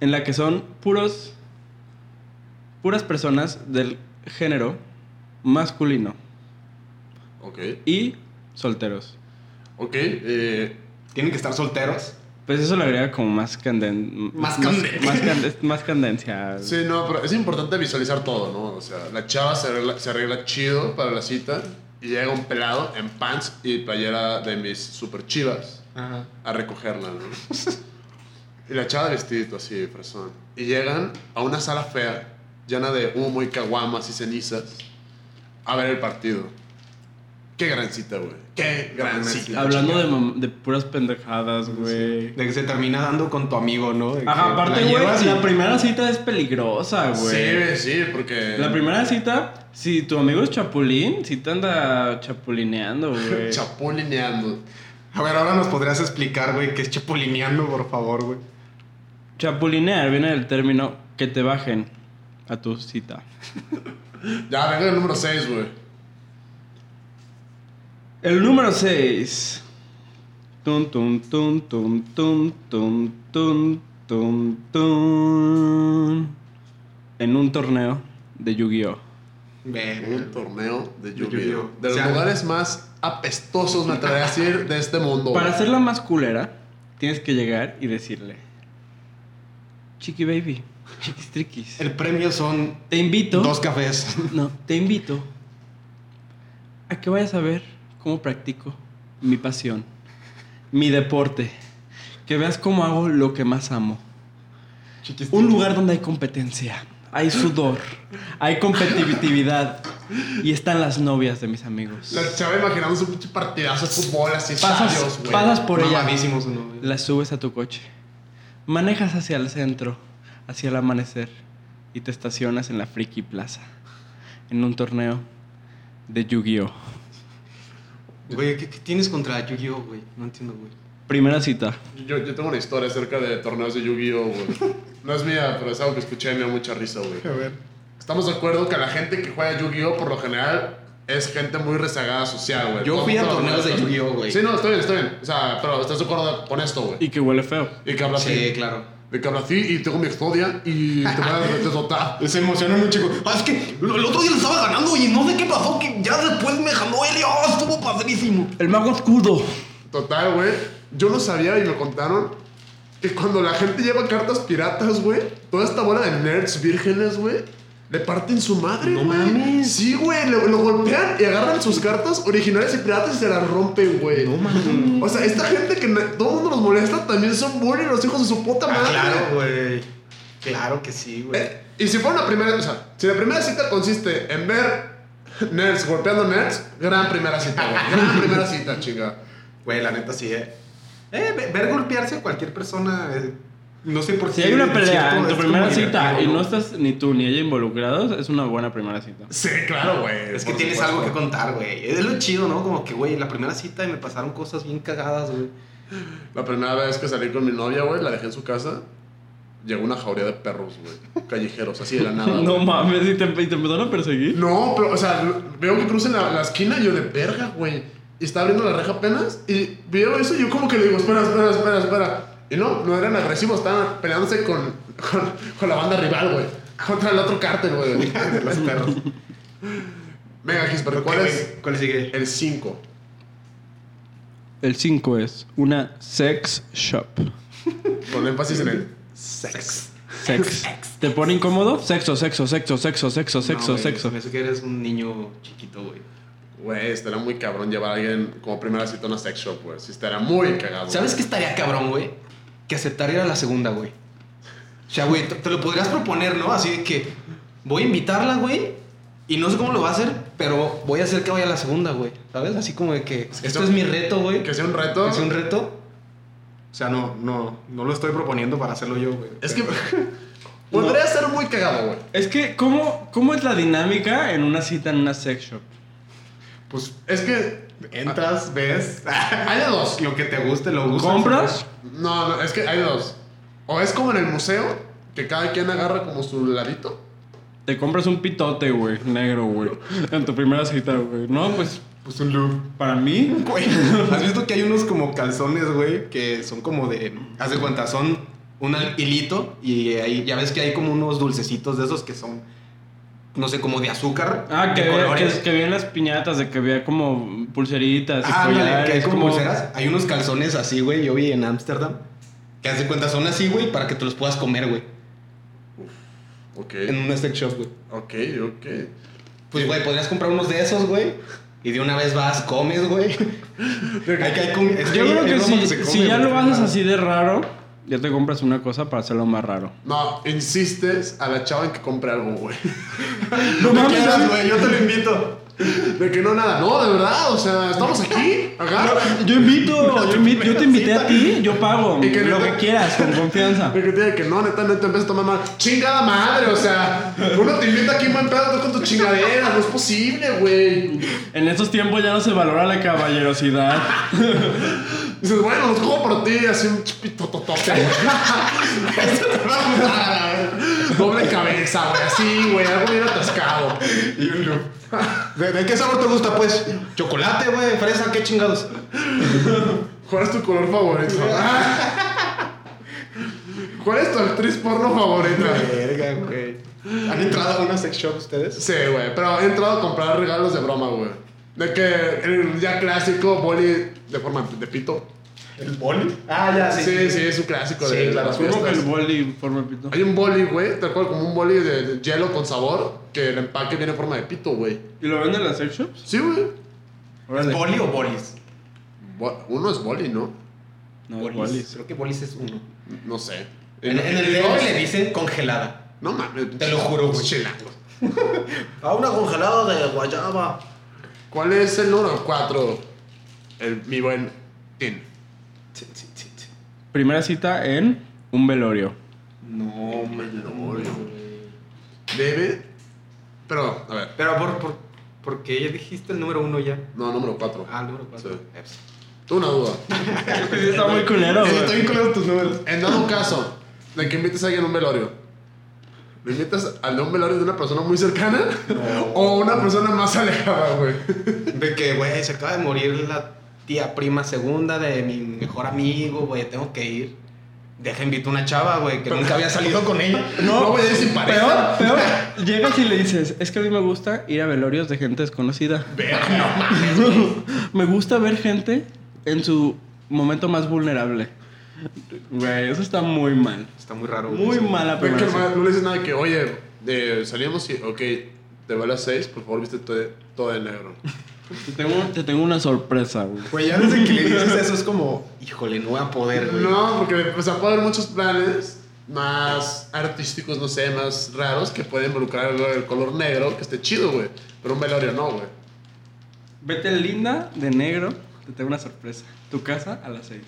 Speaker 3: en la que son puros puras personas del género masculino
Speaker 1: Ok,
Speaker 3: y solteros.
Speaker 1: ok. eh,
Speaker 4: Tienen que estar solteros.
Speaker 3: Pues eso le agrega como más canden
Speaker 4: Más canden-
Speaker 3: más, canden- más candencia.
Speaker 1: sí, no, pero es importante visualizar todo, ¿no? O sea, la chava se arregla, se arregla chido para la cita y llega un pelado en pants y playera de mis super chivas
Speaker 4: Ajá.
Speaker 1: a recogerla, ¿no? y la chava de vestidito así, fresón. Y llegan a una sala fea, llena de humo y caguamas y cenizas, a ver el partido. Qué gran cita, güey. Qué gran cita.
Speaker 3: Hablando de, mam- de puras pendejadas, güey.
Speaker 4: De que se termina dando con tu amigo, ¿no? De
Speaker 3: Ajá,
Speaker 4: que
Speaker 3: aparte,
Speaker 4: la
Speaker 3: güey,
Speaker 4: llevas y-
Speaker 3: la primera cita es peligrosa,
Speaker 1: Sí,
Speaker 3: güey.
Speaker 1: güey, sí, porque.
Speaker 3: La primera cita, si tu amigo es chapulín, si te anda chapulineando, güey.
Speaker 1: Chapulineando.
Speaker 4: A ver, ahora nos podrías explicar, güey, qué es chapulineando, por favor, güey.
Speaker 3: Chapulinear viene del término que te bajen a tu cita.
Speaker 1: Ya, venga el número 6, güey.
Speaker 3: El número 6. Tun, tun, tun, tun, tun, tun, tun, tun, tun. En un torneo de Yu-Gi-Oh!
Speaker 1: Un torneo de yu
Speaker 4: Yu-Gi-Oh.
Speaker 1: De los
Speaker 4: O sea,
Speaker 1: lugares más apestosos, me atrevería a decir, de este
Speaker 4: Oh.
Speaker 1: mundo.
Speaker 3: Para
Speaker 1: güey.
Speaker 3: ser la más culera, tienes que llegar y decirle: Chiqui Baby, chiquis triquis.
Speaker 4: El premio son
Speaker 3: Te invito.
Speaker 4: dos cafés.
Speaker 3: No, te invito a que vayas a ver cómo practico mi pasión, mi deporte. Que veas cómo hago lo que más amo. Un lugar donde hay competencia, hay sudor, hay competitividad y están las novias de mis amigos.
Speaker 1: La chava imaginándose un pinche partidazo de fútbol así,
Speaker 3: Pasas,
Speaker 1: sabios, güey.
Speaker 3: pasas por ella,
Speaker 4: Mamadísimos, ¿no? güey?
Speaker 3: las subes a tu coche, manejas hacia el centro, hacia el amanecer y te estacionas en la Friki Plaza, en un torneo de Yu-Gi-Oh!
Speaker 4: Güey, ¿qué, qué tienes contra Yu-Gi-Oh, güey? No entiendo, güey.
Speaker 3: Primera cita.
Speaker 1: Yo, yo tengo una historia acerca de torneos de Yu-Gi-Oh, güey. No es mía, pero es algo que escuché y me dio mucha risa, güey.
Speaker 4: A ver.
Speaker 1: Estamos de acuerdo que la gente que juega Yu-Gi-Oh por lo general es gente muy rezagada social, güey.
Speaker 4: Yo
Speaker 1: Todo-
Speaker 4: fui a
Speaker 1: todo-
Speaker 4: torneos de Yu-Gi-Oh, güey.
Speaker 1: Sí, no, estoy bien, estoy bien. O sea, pero estás de acuerdo con esto, güey.
Speaker 3: Y que huele feo.
Speaker 1: Y que habla así.
Speaker 4: Sí, claro.
Speaker 1: De que habla así y tengo mi exodia y te voy a derrotar.
Speaker 4: Se emocionan un chico.
Speaker 5: Ah, es que lo- el otro día lo estaba ganando y no sé qué pasó, que ya después me jaló él y oh, estuvo padrísimo.
Speaker 3: El mago escudo.
Speaker 1: Total, güey. Yo no sabía y me contaron que cuando la gente lleva cartas piratas, güey, toda esta bola de nerds vírgenes, güey, le parten su madre, güey. Sí, güey, lo, lo golpean y agarran sus cartas originales y piratas y se las rompen, güey. No mames. O sea, esta gente que na- todo el mundo los molesta también son bullying los hijos de su puta madre.
Speaker 4: Ah, claro, güey. Claro que sí, güey.
Speaker 1: Eh, Y si fuera una primera, o sea, si la primera cita consiste en ver nerds golpeando nerds, gran primera cita, güey. Gran primera cita, chinga.
Speaker 4: Güey, la neta sí, eh. Eh, ve- ver golpearse a cualquier persona. eh, no sé por qué.
Speaker 3: Si hay una pelea
Speaker 4: cierto,
Speaker 3: en tu
Speaker 4: es
Speaker 3: primera
Speaker 4: como
Speaker 3: cita y
Speaker 4: divertido,
Speaker 3: no estás ni tú ni ella involucrados, es una buena primera cita.
Speaker 1: Sí, claro, güey.
Speaker 4: Es que
Speaker 1: por
Speaker 4: tienes
Speaker 1: supuesto.
Speaker 4: algo que contar, güey. Es lo chido, ¿no? Como que, güey, la primera cita y me pasaron cosas bien cagadas, güey.
Speaker 1: La primera vez que salí con mi novia, güey, la dejé en su casa. Llegó una jauría de perros, güey. Callejeros, así de la nada.
Speaker 3: No
Speaker 1: güey.
Speaker 3: mames, y te, y te empezaron a perseguir.
Speaker 1: No, pero, o sea, veo que cruzan la, la esquina y yo de verga, güey. Y está abriendo la reja apenas. Y veo eso y yo como que le digo, espera, espera, espera, espera. Y no, no eran agresivos, estaban peleándose con, con, con la banda rival, güey. Contra el otro cártel, güey.
Speaker 4: De los perros.
Speaker 1: Venga, Gisper, ¿cuál
Speaker 4: Ok,
Speaker 1: es
Speaker 4: güey, ¿Cuál sigue?
Speaker 1: el 5?
Speaker 3: El 5 es una sex shop.
Speaker 1: Con énfasis en el...
Speaker 3: Sex. ¿Te pone incómodo? Sexo, sexo, sexo, sexo, sexo,
Speaker 4: No,
Speaker 3: sexo,
Speaker 4: güey,
Speaker 3: sexo.
Speaker 4: Me hace que eres un niño chiquito, güey.
Speaker 1: Güey, estará muy cabrón llevar a alguien como primera cita a una sex shop, güey. Sí, estará muy cagado.
Speaker 4: ¿Sabes qué estaría cabrón, güey? Que aceptar ir a la segunda, güey. O sea, güey, te, te lo podrías proponer, ¿no? Así de que voy a invitarla, güey. Y no sé cómo lo va a hacer, pero voy a hacer que vaya a la segunda, güey. ¿Sabes? Así como de que
Speaker 1: que
Speaker 4: esto
Speaker 1: son-
Speaker 4: es mi reto, güey.
Speaker 1: Que sea un reto.
Speaker 4: Es un reto. O sea, no, no, no lo estoy proponiendo para hacerlo yo, güey.
Speaker 1: Es que podría ser muy cagado, güey.
Speaker 3: Es que, ¿cómo, ¿cómo es la dinámica en una cita en una sex shop?
Speaker 4: Pues
Speaker 1: Es que
Speaker 4: entras, ves,
Speaker 1: hay de dos.
Speaker 4: lo que te guste, lo usas.
Speaker 3: ¿Compras?
Speaker 1: No, no, es que hay de dos. O es como en el museo, que cada quien agarra como su ladito.
Speaker 3: Te compras un pitote, güey, negro, güey. En tu primera cita, güey. No, pues,
Speaker 4: Pues un loop.
Speaker 3: para mí,
Speaker 4: Güey, ¿has visto que hay unos como calzones, güey? Que son como de. Haz de cuenta, son un hilito y ahí ya ves que hay como unos dulcecitos de esos que son. No sé, como de azúcar.
Speaker 3: Ah, que,
Speaker 4: de
Speaker 3: había, que, que había en las piñatas, de que había como pulseritas y
Speaker 4: Ah, ándale,
Speaker 3: collares,
Speaker 4: que hay como pulseras. Hay unos calzones así, güey. Yo vi en Ámsterdam. Que haz de cuenta, son así, güey, para que te los puedas comer, güey.
Speaker 1: Ok,
Speaker 4: En un snack shop, güey.
Speaker 1: ok, ok.
Speaker 4: Pues, güey, podrías comprar unos de esos, güey. Y de una vez vas, comes, güey. Hay que- hay com- es
Speaker 3: Yo
Speaker 4: hay-
Speaker 3: creo
Speaker 4: hay
Speaker 3: que
Speaker 4: ropa
Speaker 3: si,
Speaker 4: se come,
Speaker 3: si ya
Speaker 4: güey,
Speaker 3: lo
Speaker 4: está
Speaker 3: haces
Speaker 4: raro.
Speaker 3: así de raro, ya te compras una cosa para hacerlo más raro.
Speaker 1: No, insistes a la chava en que compre algo, güey.
Speaker 3: No
Speaker 4: Quieras, güey, yo te lo invito.
Speaker 1: De que no, nada, no, de verdad, o sea, estamos aquí, acá.
Speaker 3: Yo invito, yo, invi- yo te invité a ti, yo pago
Speaker 1: Y que
Speaker 3: lo
Speaker 1: neta-
Speaker 3: que quieras, con confianza.
Speaker 1: De que tiene que no, neta, neta, empieza a tomar mal. Chingada madre, o sea, uno te invita aquí, buen pedo, tú con tu chingadera, no es posible, güey.
Speaker 3: En estos tiempos ya no se valora la caballerosidad.
Speaker 1: Dices, bueno, los juego por ti, así un chipito totote, güey. Eso te va a gustar, güey. Doble cabeza, güey, así, güey, algo bien atascado.
Speaker 4: Y un loop. ¿De, de qué sabor te gusta, pues? ¿Chocolate, güey? ¿Fresa? ¿Qué chingados?
Speaker 1: ¿Cuál es tu color favorito? ¿Cuál es tu actriz porno favorita?
Speaker 4: Verga, güey. ¿Han entrado a una sex shop ustedes?
Speaker 1: Sí, güey, pero he entrado a comprar regalos de broma, güey. De que el ya clásico boli de forma de pito.
Speaker 4: ¿El boli? Ah, ya,
Speaker 1: Sí,
Speaker 4: sí.
Speaker 1: sí, es un clásico de
Speaker 4: Sí, claro.
Speaker 1: las
Speaker 3: Como que el
Speaker 1: fiestas.
Speaker 3: boli forma el pito.
Speaker 1: Hay un boli, güey, tal cual, como un boli de, de hielo con sabor, que el empaque viene en forma de pito, güey.
Speaker 3: ¿Y lo venden en las sex shops?
Speaker 1: Sí, güey.
Speaker 3: Órale.
Speaker 4: ¿Boli o bolis?
Speaker 1: Bo- Uno es boli, ¿no?
Speaker 3: No, es bolis.
Speaker 4: Creo que bolis es uno.
Speaker 1: No sé.
Speaker 4: En, en el
Speaker 1: dos-
Speaker 4: DM le dicen congelada.
Speaker 1: No mames.
Speaker 4: Te lo juro, güey.
Speaker 1: Chilango.
Speaker 5: A una congelada de guayaba.
Speaker 1: ¿Cuál es el número 4? El, mi buen Tin.
Speaker 3: Primera cita en un velorio.
Speaker 4: No,
Speaker 1: Velorio.
Speaker 4: güey.
Speaker 1: Debe. Pero, a ver.
Speaker 4: Pero por, por, porque ya dijiste el número uno ya.
Speaker 1: No, número 4.
Speaker 4: Ah, el número cuatro.
Speaker 1: Sí.
Speaker 4: Eh, pues.
Speaker 1: Tú una duda.
Speaker 3: Está muy culero,
Speaker 4: Sí,
Speaker 3: güey.
Speaker 4: estoy bien culero tus números.
Speaker 1: En dado caso de que invites a alguien a un velorio, ¿lo invitas al de un velorio de una persona muy cercana? ¿O una persona más alejada, güey?
Speaker 4: De que, güey, se acaba de morir la tía prima segunda de mi mejor amigo, güey, tengo que ir. Deja invito a una chava, güey, que nunca había salido con ella.
Speaker 1: No, güey, es sin pareja.
Speaker 3: Peor, peor. Llegas y le dices, es que a mí me gusta ir a velorios de gente desconocida. me gusta ver gente en su momento más vulnerable. Güey, eso está muy mal.
Speaker 4: Está muy raro.
Speaker 3: Muy
Speaker 4: güey.
Speaker 3: mala
Speaker 1: Ve que
Speaker 3: primera cita.
Speaker 1: no le dices nada que, oye, eh, salimos y, ok, te veo a las 6, por favor, viste todo, todo de negro.
Speaker 3: Te tengo, te tengo una sorpresa, güey.
Speaker 4: Güey, ya desde que le dices eso es como, híjole, no voy a poder, güey.
Speaker 1: No, porque o sea, puede haber muchos planes más artísticos, no sé, más raros que pueden involucrar el, el color negro, que esté chido, güey. Pero un velorio no, güey.
Speaker 3: Vete linda de negro, te tengo una sorpresa. Tu casa a las 6.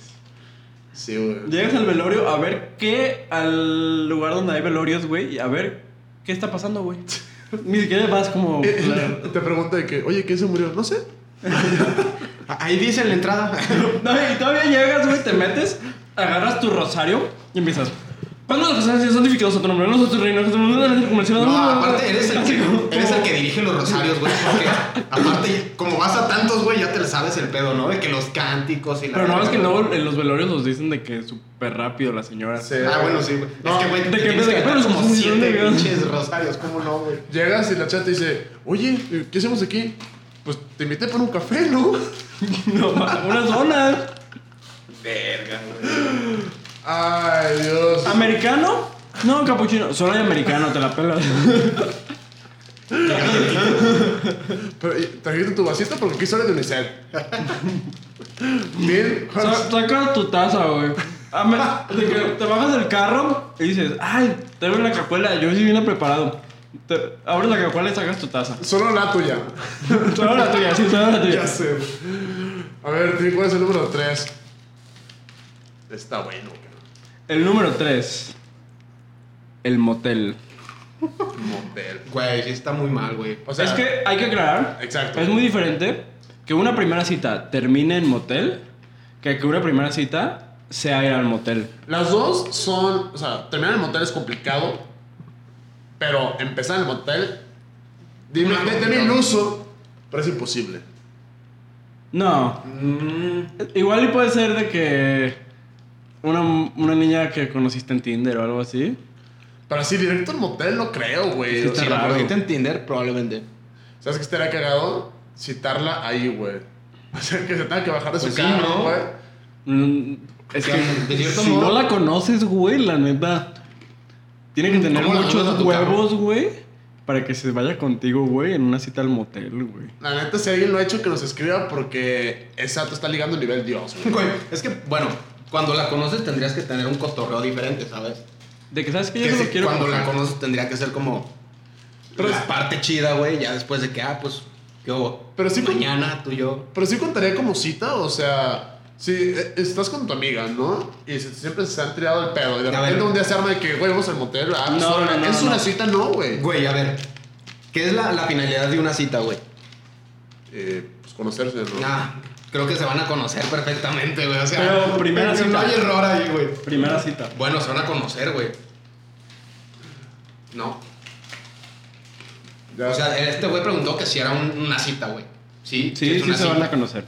Speaker 1: Sí, güey.
Speaker 3: Llegas al velorio a ver qué, al lugar donde hay velorios, güey, y a ver qué está pasando, güey. Ni siquiera vas como...
Speaker 1: Eh, Te pregunta de que, oye, ¿quién se murió? No sé.
Speaker 4: A- Ahí dice en la entrada.
Speaker 3: No, y todavía llegas, güey, te metes, agarras tu rosario y empiezas. "Pues ¿Cuándo los rosarios son santificados a tu nombre? No nosotros reinos, no nosotros comerciales.
Speaker 4: No, aparte eres el, que, eres el que dirige los rosarios, güey, porque aparte, como vas a tantos, güey, ya te le sabes el pedo, ¿no? De que los cánticos y la...
Speaker 3: Pero no, es que luego en los velorios nos dicen de que súper rápido las señoras.
Speaker 4: Ah, bueno, sí, güey.
Speaker 1: No,
Speaker 4: es que, güey,
Speaker 3: de
Speaker 4: te
Speaker 3: que
Speaker 4: tienes
Speaker 3: empieza
Speaker 4: que
Speaker 3: que,
Speaker 4: meter
Speaker 3: pero
Speaker 4: como
Speaker 3: son un millón de
Speaker 4: siete
Speaker 3: millones.
Speaker 4: pinches rosarios, ¿cómo no, güey?
Speaker 1: Llegas y la chat te dice, oye, eh, ¿qué hacemos aquí? Pues te invité por un café, ¿no?
Speaker 3: No, unas donas.
Speaker 4: Verga, güey.
Speaker 1: Ay, Dios.
Speaker 3: ¿Americano? No, capuchino. Solo hay americano, te la pelas.
Speaker 1: Pero, ¿y ¿Trajiste tu vasito? Porque aquí sale de UNICEF. Bien,
Speaker 3: Sa- saca tu taza, güey. A me- de que te bajas del carro y dices, ay, traigo la cajuela, yo sí vine preparado. Te- abres la cajuela y sacas tu taza.
Speaker 1: solo la tuya.
Speaker 3: Solo la tuya, sí, solo la tuya.
Speaker 1: Ya sé. A ver, Tim, ¿cuál es el número 3? Está bueno, güey.
Speaker 3: El número 3. El motel.
Speaker 1: Motel.
Speaker 4: Güey, sí está muy mal, güey.
Speaker 1: O sea,
Speaker 3: es que hay que aclarar.
Speaker 1: Exacto.
Speaker 3: Es muy diferente que una primera cita termine en motel que que una primera cita sea ir al motel.
Speaker 1: Las dos son. O sea, terminar en el motel es complicado. Pero empezar en el motel. Dime,
Speaker 4: No,
Speaker 1: méteme
Speaker 4: no.
Speaker 1: iluso. Pero es imposible.
Speaker 3: No.
Speaker 4: Mm.
Speaker 3: Igual y puede ser de que una, una niña que conociste en Tinder o algo así.
Speaker 1: Pero así directo al motel no creo, güey.
Speaker 3: Sí,
Speaker 1: O sea,
Speaker 3: está raro.
Speaker 4: Ahorita en Tinder, probablemente.
Speaker 1: ¿Sabes qué estaría cagado? Citarla ahí, güey. O sea, que se tenga que bajar de
Speaker 4: Pues
Speaker 1: su
Speaker 4: sí,
Speaker 1: carro,
Speaker 4: ¿no?
Speaker 1: güey.
Speaker 3: Mm, Es que
Speaker 4: De cierto
Speaker 3: si
Speaker 4: modo-
Speaker 3: no la conoces, güey, la neta. Tiene que tener
Speaker 4: ¿Cómo la mandas a
Speaker 3: muchos
Speaker 4: tu
Speaker 3: huevos, güey, para que se vaya contigo, güey, en una cita al motel, güey.
Speaker 1: La neta, si alguien lo ha hecho, que nos escriba porque exacto está ligando el nivel Dios, güey.
Speaker 4: Güey, es que, bueno, cuando la conoces tendrías que tener un cotorreo diferente, ¿sabes?
Speaker 3: De que sabes que yo
Speaker 4: Que
Speaker 3: no
Speaker 4: si-
Speaker 3: quiero
Speaker 4: cuando la
Speaker 3: coger.
Speaker 4: conoces tendría que ser como
Speaker 1: Pero
Speaker 4: la
Speaker 1: es-
Speaker 4: parte chida, güey, ya después de que, ah, pues, ¿Qué hubo?
Speaker 1: Pero sí con-
Speaker 3: pues-
Speaker 4: Mañana tú y yo.
Speaker 1: Pero sí contaría como cita, o sea, si eh, estás con tu amiga, ¿no? Y se- siempre se han tirado el pedo. Y de
Speaker 4: A
Speaker 1: repente
Speaker 4: ver.
Speaker 1: un día se arma de que, güey, vamos al motel. ah, pues,
Speaker 3: No,
Speaker 1: órale.
Speaker 3: no, no,
Speaker 1: es
Speaker 3: no.
Speaker 1: una cita, no, güey.
Speaker 4: Güey, a ver. ¿Qué es la, la finalidad de una cita, güey?
Speaker 1: Eh, pues conocerse, ¿no?
Speaker 3: Ah,
Speaker 4: Nah, creo que se van a conocer perfectamente, güey. O sea,
Speaker 3: Pero primera
Speaker 4: no
Speaker 3: cita.
Speaker 4: hay error ahí, güey.
Speaker 3: Primera cita.
Speaker 4: Bueno, se van a conocer, güey. No.
Speaker 1: Ya.
Speaker 4: O sea, este güey preguntó que si era un- una cita, güey. Sí,
Speaker 3: Sí,
Speaker 4: es
Speaker 3: sí
Speaker 4: una
Speaker 3: se
Speaker 4: cita. pues,
Speaker 3: van a conocer.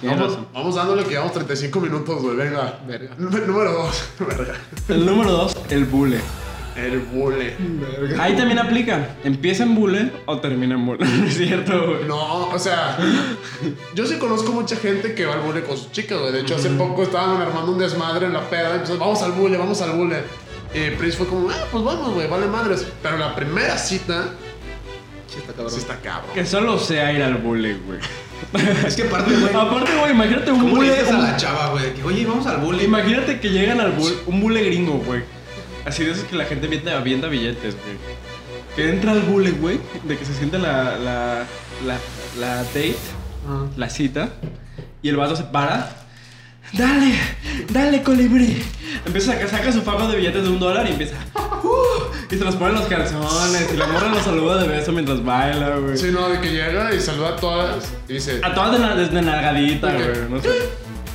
Speaker 3: Tienes
Speaker 1: vamos,
Speaker 3: razón.
Speaker 1: vamos dándole que llevamos 35 minutos, güey. Venga.
Speaker 4: Verga.
Speaker 1: Nú- Número 2.
Speaker 3: El número dos, el bule.
Speaker 1: El bule.
Speaker 3: Ahí también aplica. Empieza en bule o termina en bule. No es cierto, güey.
Speaker 1: No, o sea, yo sí conozco mucha gente que va al bule con sus chicas, güey. De hecho, hace poco estaban armando un desmadre en la peda. Entonces, vamos al bule, vamos al bule. Y Prince fue como, ah, pues vamos, güey, vale madres. Pero la primera cita
Speaker 4: Sí, está cabrón.
Speaker 1: sí está cabrón.
Speaker 3: Que solo sea ir al bule, güey.
Speaker 4: Es que aparte, güey.
Speaker 3: Aparte, Ah, güey, imagínate un
Speaker 4: ¿Cómo le
Speaker 3: bule.
Speaker 4: dices a
Speaker 3: un-
Speaker 4: la chava, güey? Que, oye, vamos al bullying.
Speaker 3: Imagínate que llegan al bule, un bule gringo, güey. Así de esos que la gente avienta, avienta billetes, güey. Que entra al bule, güey, de que se sienta la, la, la, la date, la cita, y el vato se para. Dale, dale, colibrí. Empieza a que saca su fama de billetes de un dólar y empieza. "Uh", y se los pone en los calzones. Y la morra los saluda de beso mientras baila, güey.
Speaker 1: Sí, no, de que llega y saluda a todas y dice,
Speaker 3: A todas de, na- desde nalgadita,
Speaker 1: Ok.
Speaker 3: Ah, güey. No sé.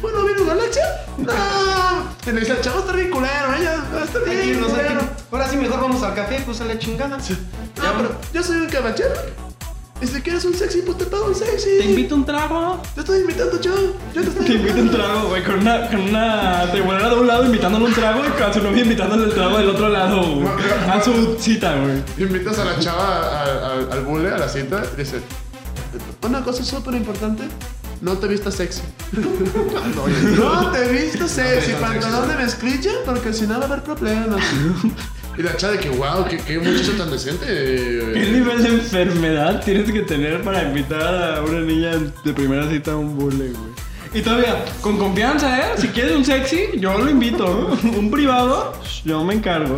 Speaker 1: bueno, vino Galaxia. No. Y le dice, el chavo está bien culero, ella, está bien
Speaker 4: Aquí, no sé,
Speaker 1: culero.
Speaker 4: aquí. Ahora sí, mejor vamos al café, pues a la chingada.
Speaker 1: Ah, pero yo soy un caballero. Y si quieres un sexy, pues te pago un sexy.
Speaker 3: Te invito un trago.
Speaker 1: Te estoy invitando, chavo. Yo te estoy
Speaker 3: Te invito un trago, güey, con una, con una tribunera de un lado invitándole un trago y con su novia invitándole el trago del otro lado, güey. A su cita, güey.
Speaker 1: Invitas a la chava a- a- al bule, a la cinta, y dices, una cosa súper importante, no te vistas sexy. no te vistas sexy,
Speaker 4: No te vistas
Speaker 1: pantalón
Speaker 4: sexy.
Speaker 1: de mezclilla, porque si no va a haber problemas. y la chava de que, wow, qué, qué muchacho tan
Speaker 3: ¿Qué
Speaker 1: decente.
Speaker 3: nivel de enfermedad tienes que tener para invitar a una niña de primera cita a un bule, güey? Y todavía, con confianza, ¿eh? Si quieres un sexy, yo lo invito. Un privado, yo me encargo.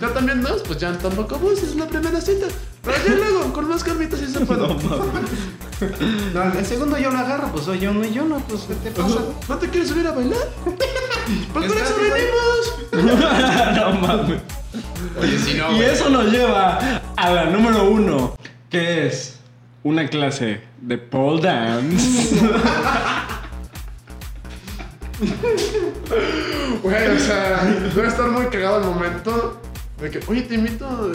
Speaker 1: Yo también no, pues ya tampoco vos, es la primera cita. Pero ya luego, con más calmitas sí se puede.
Speaker 3: No, mames.
Speaker 4: el segundo yo lo agarro, pues soy yo, no yo, no, pues ¿qué te pasa?
Speaker 1: ¿No te quieres subir a bailar? pues por
Speaker 4: Está
Speaker 1: eso
Speaker 4: bien.
Speaker 1: venimos.
Speaker 3: no mames.
Speaker 4: Oye, si no,
Speaker 3: Ah, pues. Y
Speaker 4: güey.
Speaker 3: eso nos lleva a la número uno, que es una clase de pole dance.
Speaker 1: Güey, o sea, debe estar muy cagado el momento de que, oye, te invito,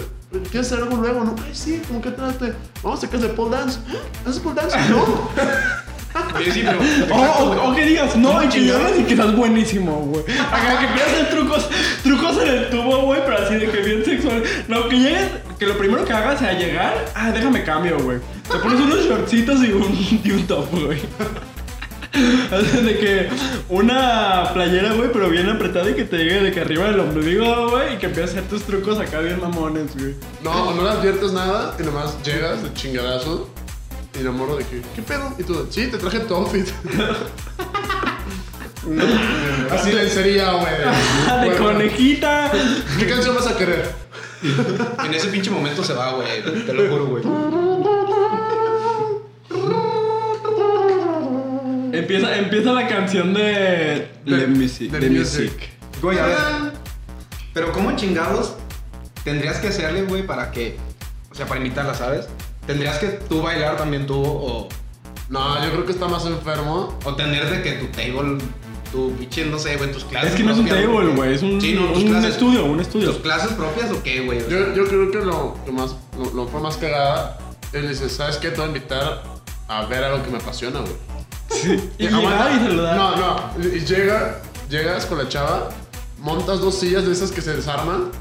Speaker 1: ¿quieres hacer algo luego? No, ay, sí, como que trate. Vamos a casa de pole dance. ¿Ah? ¿Haces pole dance? No.
Speaker 4: Oye, sí, pero-
Speaker 3: O, o- o que digas, no, y que lloras y que estás buenísimo, güey. Acá que quieras hacer trucos, trucos en el tubo, güey, pero así de que bien sexual. No, que llegues, que lo primero que hagas sea llegar, ah, déjame cambio, güey. Te pones unos shortcitos y un, y un top, güey. O sea, De que una playera, güey, pero bien apretada y que te llegue de que arriba del ombligo, güey, y que empieces a hacer tus trucos acá bien mamones, güey.
Speaker 1: No, no le adviertes nada y nomás llegas de chingadazo y la morra de que, ¿qué pedo? Y tú, sí, te traje tu outfit. No, Así lencería,
Speaker 3: Ah,
Speaker 1: güey.
Speaker 3: De
Speaker 1: Bueno,
Speaker 3: conejita.
Speaker 1: ¿Qué canción vas a querer?
Speaker 4: En ese pinche momento se va, güey. Te lo juro, güey.
Speaker 3: Empieza, empieza la canción de.
Speaker 1: De-
Speaker 3: de music.
Speaker 1: de
Speaker 3: de
Speaker 1: music.
Speaker 3: music.
Speaker 4: Güey, a ver. Pero ¿cómo chingados tendrías que hacerle, güey, para que... O sea, para invitarla, ¿sabes? Tendrías que tú bailar también tú o,
Speaker 1: No, yo creo que está más enfermo.
Speaker 4: o tener de que tu table, tu pinche, no sé, güey, tus clases
Speaker 3: Es que no es un
Speaker 4: propias,
Speaker 3: table, güey, es un,
Speaker 4: Sí, no, tus
Speaker 3: un
Speaker 4: clases.
Speaker 3: estudio, un estudio.
Speaker 4: ¿Tus clases propias o qué, güey?
Speaker 1: Yo, yo creo que lo que más, lo, lo que fue más cagada es dice, ¿sabes qué? Te voy a invitar a ver algo que me apasiona, güey.
Speaker 3: Y
Speaker 1: aguanta.
Speaker 3: llegar y saludar.
Speaker 1: No, no. Y llega, llegas con la chava, montas dos sillas de esas que se desarman,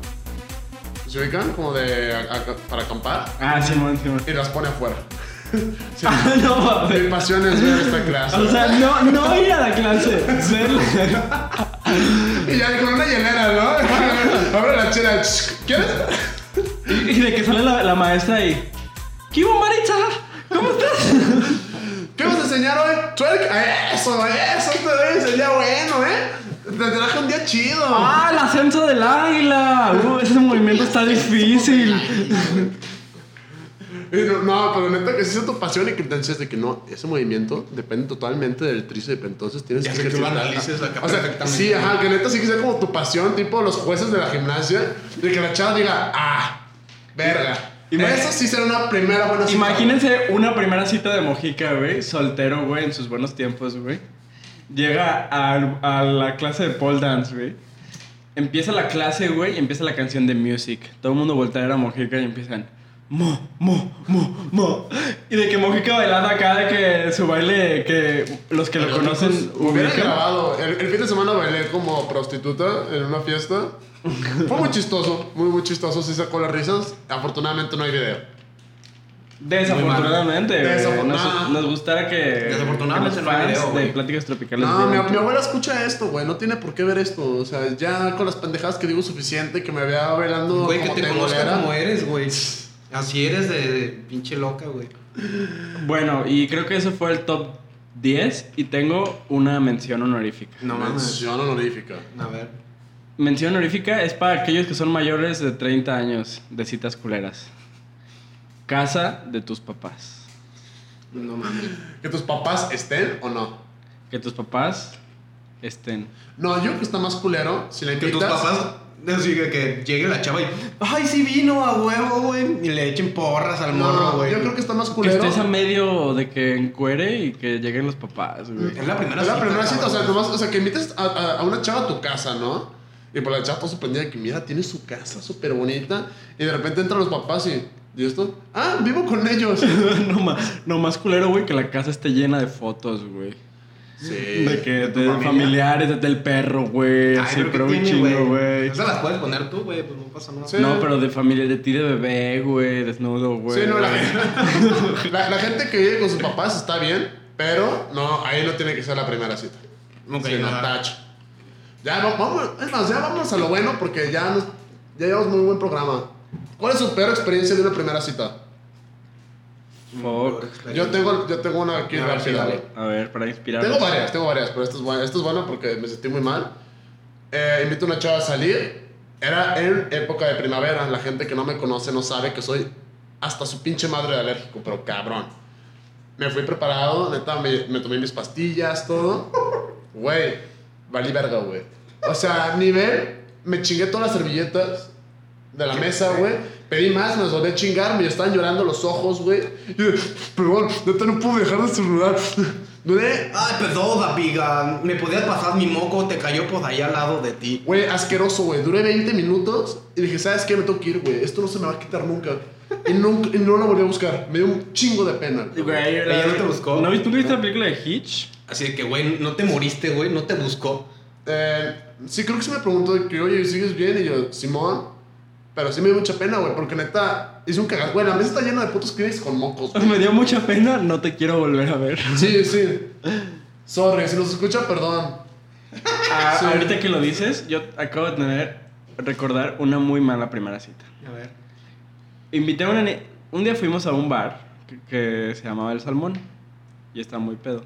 Speaker 1: se ubican como de a- a- para acampar
Speaker 3: Ah, Simón, Simón.
Speaker 1: y las pone afuera. Sí.
Speaker 3: Ah, no,
Speaker 1: Mi
Speaker 3: mames.
Speaker 1: pasión es ver esta clase.
Speaker 3: O sea, no, no ir a la clase. ser-
Speaker 1: y ya con una hielera, ¿no? Abre la chela. ¿Quieres?
Speaker 3: y de que sale la, la maestra y. ¿Qué hubo, Maritza? ¿Cómo estás?
Speaker 1: ¿Qué vas a enseñar hoy? Twerk. Eso, eso te voy a enseñar bueno, ¿eh? Te traje un día chido.
Speaker 3: ¡Ah, el ascenso del águila! Uh, ese movimiento está difícil.
Speaker 1: Y No, no, pero neta que si es tu pasión y que te enseñas de que no, ese movimiento depende totalmente del tríceps, entonces tienes
Speaker 5: Ya
Speaker 1: que
Speaker 5: sé que tú lo
Speaker 1: ejercitar-
Speaker 5: analices acá
Speaker 1: O sea,
Speaker 5: perfectamente.
Speaker 1: sí, ajá, que neta sí que sea como tu pasión, tipo los jueces de la gimnasia, de que la chava diga, ah, verga.
Speaker 3: Imag-
Speaker 1: Eso sí será una primera buena cita.
Speaker 3: Imagínense una primera cita de Mojica, güey, soltero, güey, en sus buenos tiempos, güey. Llega al- a, la clase de pole dance, güey. Empieza la clase, güey, y empieza la canción de Music. Todo el mundo voltea a ver a Mojica y empiezan... Mo, mo, mo, mo. Y de que Mojica bailando acá, de que su baile, que los que lo conocen...
Speaker 1: pues, Hubiera
Speaker 3: ubican.
Speaker 1: grabado. El, el fin de semana bailé como prostituta en una fiesta. Fue muy chistoso, muy, muy chistoso. Sí sacó las risas. Afortunadamente no hay video.
Speaker 3: Desafortunadamente,
Speaker 1: Muy mal.
Speaker 3: güey. Nos,
Speaker 1: Desafortunada.
Speaker 3: nos gustara que...
Speaker 5: Desafortunadamente
Speaker 3: que los
Speaker 5: no hay
Speaker 3: fans
Speaker 5: video, güey.
Speaker 3: de Pláticas Tropicales...
Speaker 1: No, mi,
Speaker 3: vieran
Speaker 1: mi abuela escucha esto, güey. No tiene por qué ver esto. O sea, ya con las pendejadas que digo suficiente que me vea bailando
Speaker 4: Güey, que
Speaker 1: como
Speaker 4: te
Speaker 1: tengolera.
Speaker 4: conozca como eres, güey. Así eres de, de pinche loca, güey.
Speaker 3: Bueno, y creo que ese fue el top 10 y tengo una mención honorífica.
Speaker 4: No mames.
Speaker 1: Mención honorífica.
Speaker 4: A ver.
Speaker 3: Mención honorífica es para aquellos que son mayores de 30 años de citas culeras. Casa de tus papás.
Speaker 4: No mames.
Speaker 1: ¿Que tus papás estén o no?
Speaker 3: Que tus papás estén.
Speaker 1: No, yo creo que está más culero. Si la
Speaker 4: Que
Speaker 1: invitas.
Speaker 4: tus papás. Así que, que llegue la chava y. ¡Ay, sí vino a huevo, güey! Y le echen porras al morro,
Speaker 1: No,
Speaker 4: güey.
Speaker 1: yo creo que está más
Speaker 3: Que
Speaker 1: culero.
Speaker 3: estés a medio de que encuere y que lleguen los papás, güey.
Speaker 4: Es la primera
Speaker 1: Es la primera cita, o sea,
Speaker 4: cabrón.
Speaker 1: nomás, o sea, que invites a, a- a una chava a tu casa, ¿no? Y por la chava está sorprendida de que, mira, tiene su casa súper bonita. Y de repente entran los papás y, ¿y esto? Ah, vivo con ellos.
Speaker 3: no, más, no más culero, güey, que la casa esté llena de fotos, güey.
Speaker 1: Sí.
Speaker 3: De que de,
Speaker 4: tu familia?
Speaker 3: familiares, de- del perro, güey.
Speaker 4: Ay,
Speaker 3: Así,
Speaker 4: pero
Speaker 3: pero
Speaker 4: ¿qué
Speaker 3: un
Speaker 4: tiene,
Speaker 3: chingo, güey.
Speaker 4: Esas las puedes poner tú, güey, pues no pasa nada.
Speaker 1: Sí.
Speaker 3: No, pero de familia, de ti de bebé, güey, desnudo, güey.
Speaker 1: Sí, no, la, la- la gente que vive con sus papás está bien, pero no, ahí no tiene que ser la primera cita.
Speaker 4: Ok,
Speaker 1: Sí, no,
Speaker 4: nada.
Speaker 1: touch. Ya, no, vamos, es más, ya vamos a lo bueno porque ya, nos- ya llevamos muy buen programa. ¿Cuál es su peor experiencia de una primera cita?
Speaker 3: Fuck.
Speaker 1: Yo tengo, yo tengo una aquí
Speaker 4: A ver, sí,
Speaker 1: rápida,
Speaker 4: dale.
Speaker 1: güey.
Speaker 3: A ver, para inspirar.
Speaker 1: Tengo varias, tengo varias, pero esta es buena, esta es buena porque me sentí muy mal. Eh, invito a una chava a salir. Era en época de primavera. La gente que no me conoce no sabe que soy hasta su pinche madre de alérgico, pero cabrón. Me fui preparado, neta, me, me tomé mis pastillas, todo. Güey, valí verga, güey. O sea, nivel, me chingué todas las servilletas de la mesa, güey. Pedí más, me las volví a chingar, me estaban llorando los ojos, güey. Y yo, perdón, neta, no puedo dejar de celular. Duré
Speaker 4: Ay, pues perdón, amiga. Me podías pasar mi moco, te cayó por ahí al lado de ti.
Speaker 1: Güey, asqueroso, güey. Duré 20 minutos y dije, ¿sabes qué? Me tengo que ir, güey. Esto no se me va a quitar nunca. Y, nunca, y no la volví a buscar. Me dio un chingo de pena.
Speaker 3: Güey,
Speaker 4: Ella no te buscó.
Speaker 3: ¿No viste, ¿tú viste la película de Hitch?
Speaker 4: Así de que, güey, no te moriste, güey, no te buscó.
Speaker 1: Eh, sí, creo que se me preguntó de que, oye, ¿sigues bien? Y yo, Simón. Pero sí me dio mucha pena, güey, porque neta, hice un cagado. Güey, la mesa está llena de putos clientes con mocos, güey.
Speaker 3: Me dio mucha pena, no te quiero volver a ver.
Speaker 1: Sí, sí. Sorry, si nos escucha, perdón.
Speaker 3: Ah,
Speaker 1: Sí.
Speaker 3: Ahorita que lo dices, yo acabo de tener, recordar una muy mala primera cita.
Speaker 4: A ver.
Speaker 3: Invité a una ni- Un día fuimos a un bar que, que se llamaba El Salmón y estaba muy pedo.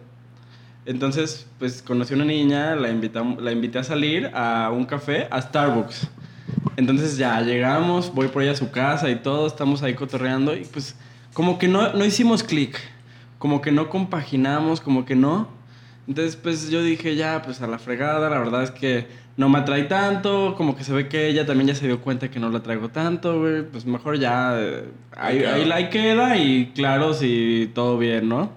Speaker 3: Entonces, pues conocí a una niña, la, invitam- la invité a salir a un café, a Starbucks. Entonces ya llegamos, voy por ella a su casa y todo, estamos ahí cotorreando y pues como que no, no hicimos clic, como que no compaginamos, como que no. Entonces pues yo dije ya, pues a la fregada, la verdad es que no me atrae tanto, como que se ve que ella también ya se dio cuenta que no la traigo tanto, güey, pues mejor ya, eh,
Speaker 1: Ahí
Speaker 3: ahí,
Speaker 1: queda.
Speaker 3: ahí la queda y claro, si todo bien, ¿no?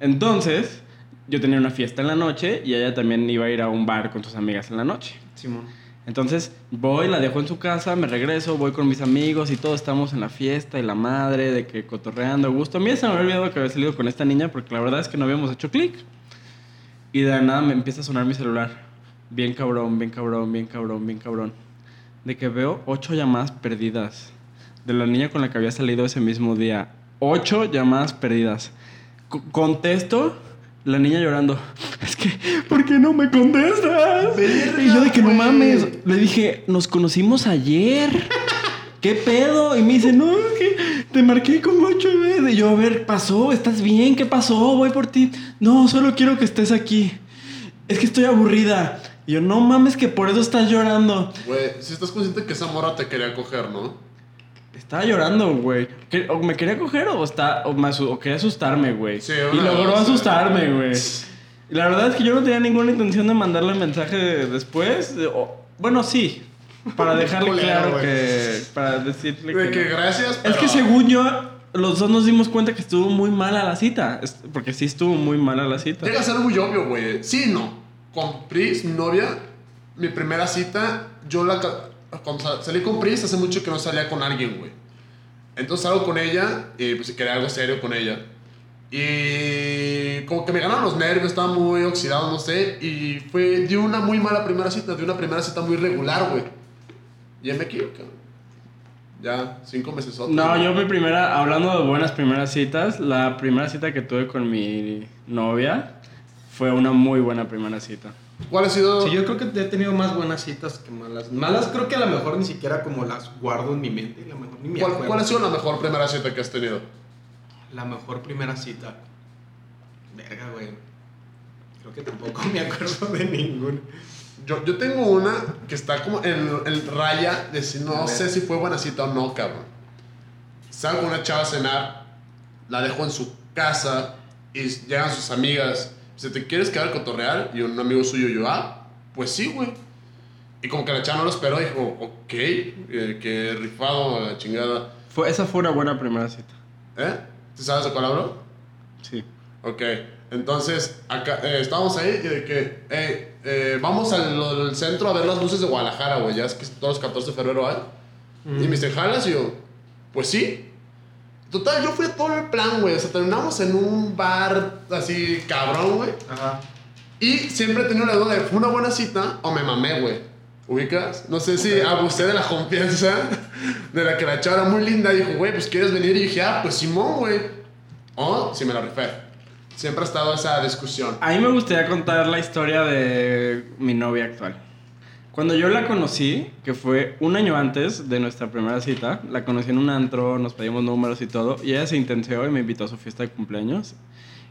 Speaker 3: Entonces yo tenía una fiesta en la noche y ella también iba a ir a un bar con sus amigas en la noche.
Speaker 4: Simón.
Speaker 3: Entonces voy, la dejo en su casa, me regreso, voy con mis amigos y todos estamos en la fiesta y la madre, de que cotorreando a gusto. A mí ya se me había olvidado que había salido con esta niña porque la verdad es que no habíamos hecho clic. Y de la nada me empieza a sonar mi celular. Bien cabrón, bien cabrón, bien cabrón, bien cabrón. De que veo ocho llamadas perdidas de la niña con la que había salido ese mismo día. Ocho llamadas perdidas. Co- contesto, la niña llorando. Es que, ¿por qué no me contestas?
Speaker 1: Verga,
Speaker 3: y yo de que no
Speaker 1: güey.
Speaker 3: mames. Le dije, nos conocimos ayer. ¿Qué pedo? Y me dice, no, es que te marqué como ocho veces. Y yo, a ver, pasó, estás bien, ¿qué pasó? Voy por ti. No, solo quiero que estés aquí. Es que estoy aburrida. Y yo, no mames, que por eso estás llorando.
Speaker 1: Güey, si estás consciente que esa morra te quería coger, ¿no?
Speaker 3: Estaba llorando, güey. Que- O me quería coger o, está, o, me asu- o quería asustarme, güey.
Speaker 1: Sí,
Speaker 3: y
Speaker 1: una
Speaker 3: logró
Speaker 1: cosa.
Speaker 3: asustarme, güey. Y la verdad es que yo no tenía ninguna intención de mandarle mensaje después. de- o- bueno, sí. Para dejarle
Speaker 1: Culero,
Speaker 3: claro
Speaker 1: güey.
Speaker 3: que. Para decirle
Speaker 1: De que
Speaker 3: no.
Speaker 1: gracias,
Speaker 3: Es
Speaker 1: pero-
Speaker 3: que según yo, los dos nos dimos cuenta que estuvo muy mala la cita. Es- Porque sí estuvo muy mala la cita.
Speaker 1: Llega a ser muy obvio, güey. Sí, no. Con Pris, mi novia, mi primera cita, yo la... ca- Cuando sal- salí con Pris, hace mucho que no salía con alguien, güey. Entonces salgo con ella y pues quería algo serio con ella. Y como que me ganaron los nervios, estaba muy oxidado, no sé. Y fue, dio una muy mala primera cita, dio una primera cita muy regular, güey. Ya me equivoqué. Ya, cinco meses otro.
Speaker 3: No, yo mi primera, hablando de buenas primeras citas, la primera cita que tuve con mi novia fue una muy buena primera cita.
Speaker 1: ¿Cuál ha sido?
Speaker 4: Sí, yo creo que he tenido más buenas citas que malas. Malas creo que a lo mejor ni siquiera como las guardo en mi mente. A lo mejor ni me
Speaker 1: ¿Cuál,
Speaker 4: acuerdo.
Speaker 1: cuál ha sido la mejor primera cita que has tenido?
Speaker 4: La mejor primera cita. Verga, güey. Creo que tampoco me acuerdo de ninguna.
Speaker 1: Yo, yo tengo una que está como en el raya de si
Speaker 4: A
Speaker 1: no
Speaker 4: ver.
Speaker 1: sé si fue buena cita o no, cabrón. Salgo con una chava a cenar, la dejo en su casa y llegan sus amigas. Si te quieres quedar a cotorrear y un amigo suyo yo, ah, pues sí, güey. Y como que la chava no lo esperó, dijo, ok, eh, que rifado, la chingada.
Speaker 3: Fue, esa fue una buena primera cita.
Speaker 1: ¿Eh? ¿Tú sabes de cuál hablo?
Speaker 3: Sí.
Speaker 1: Ok, entonces acá, eh, estábamos ahí y de que, "Ey, eh, vamos al, al centro a ver las luces de Guadalajara, güey, ya es que todos los 14 de febrero hay. Y me dice, ¿jalas? Y yo, pues sí. Total, yo fui a todo el plan, güey, o sea, terminamos en un bar así cabrón, güey.
Speaker 4: Ajá.
Speaker 1: Y siempre he tenido la duda de, ¿fue una buena cita o me mamé, güey? ¿Ubicas? No sé si abusé de la confianza de la que la chava era muy linda y dijo, güey, pues quieres venir. Y dije, ah, pues Simón, güey. O si me la rifé. Siempre ha estado esa
Speaker 4: Ah,
Speaker 1: discusión.
Speaker 3: A mí me gustaría contar la historia de mi novia actual. Cuando yo la conocí, que fue un año antes de nuestra primera cita, la conocí en un antro, nos pedimos números y todo, y ella se intenseó y me invitó a su fiesta de cumpleaños.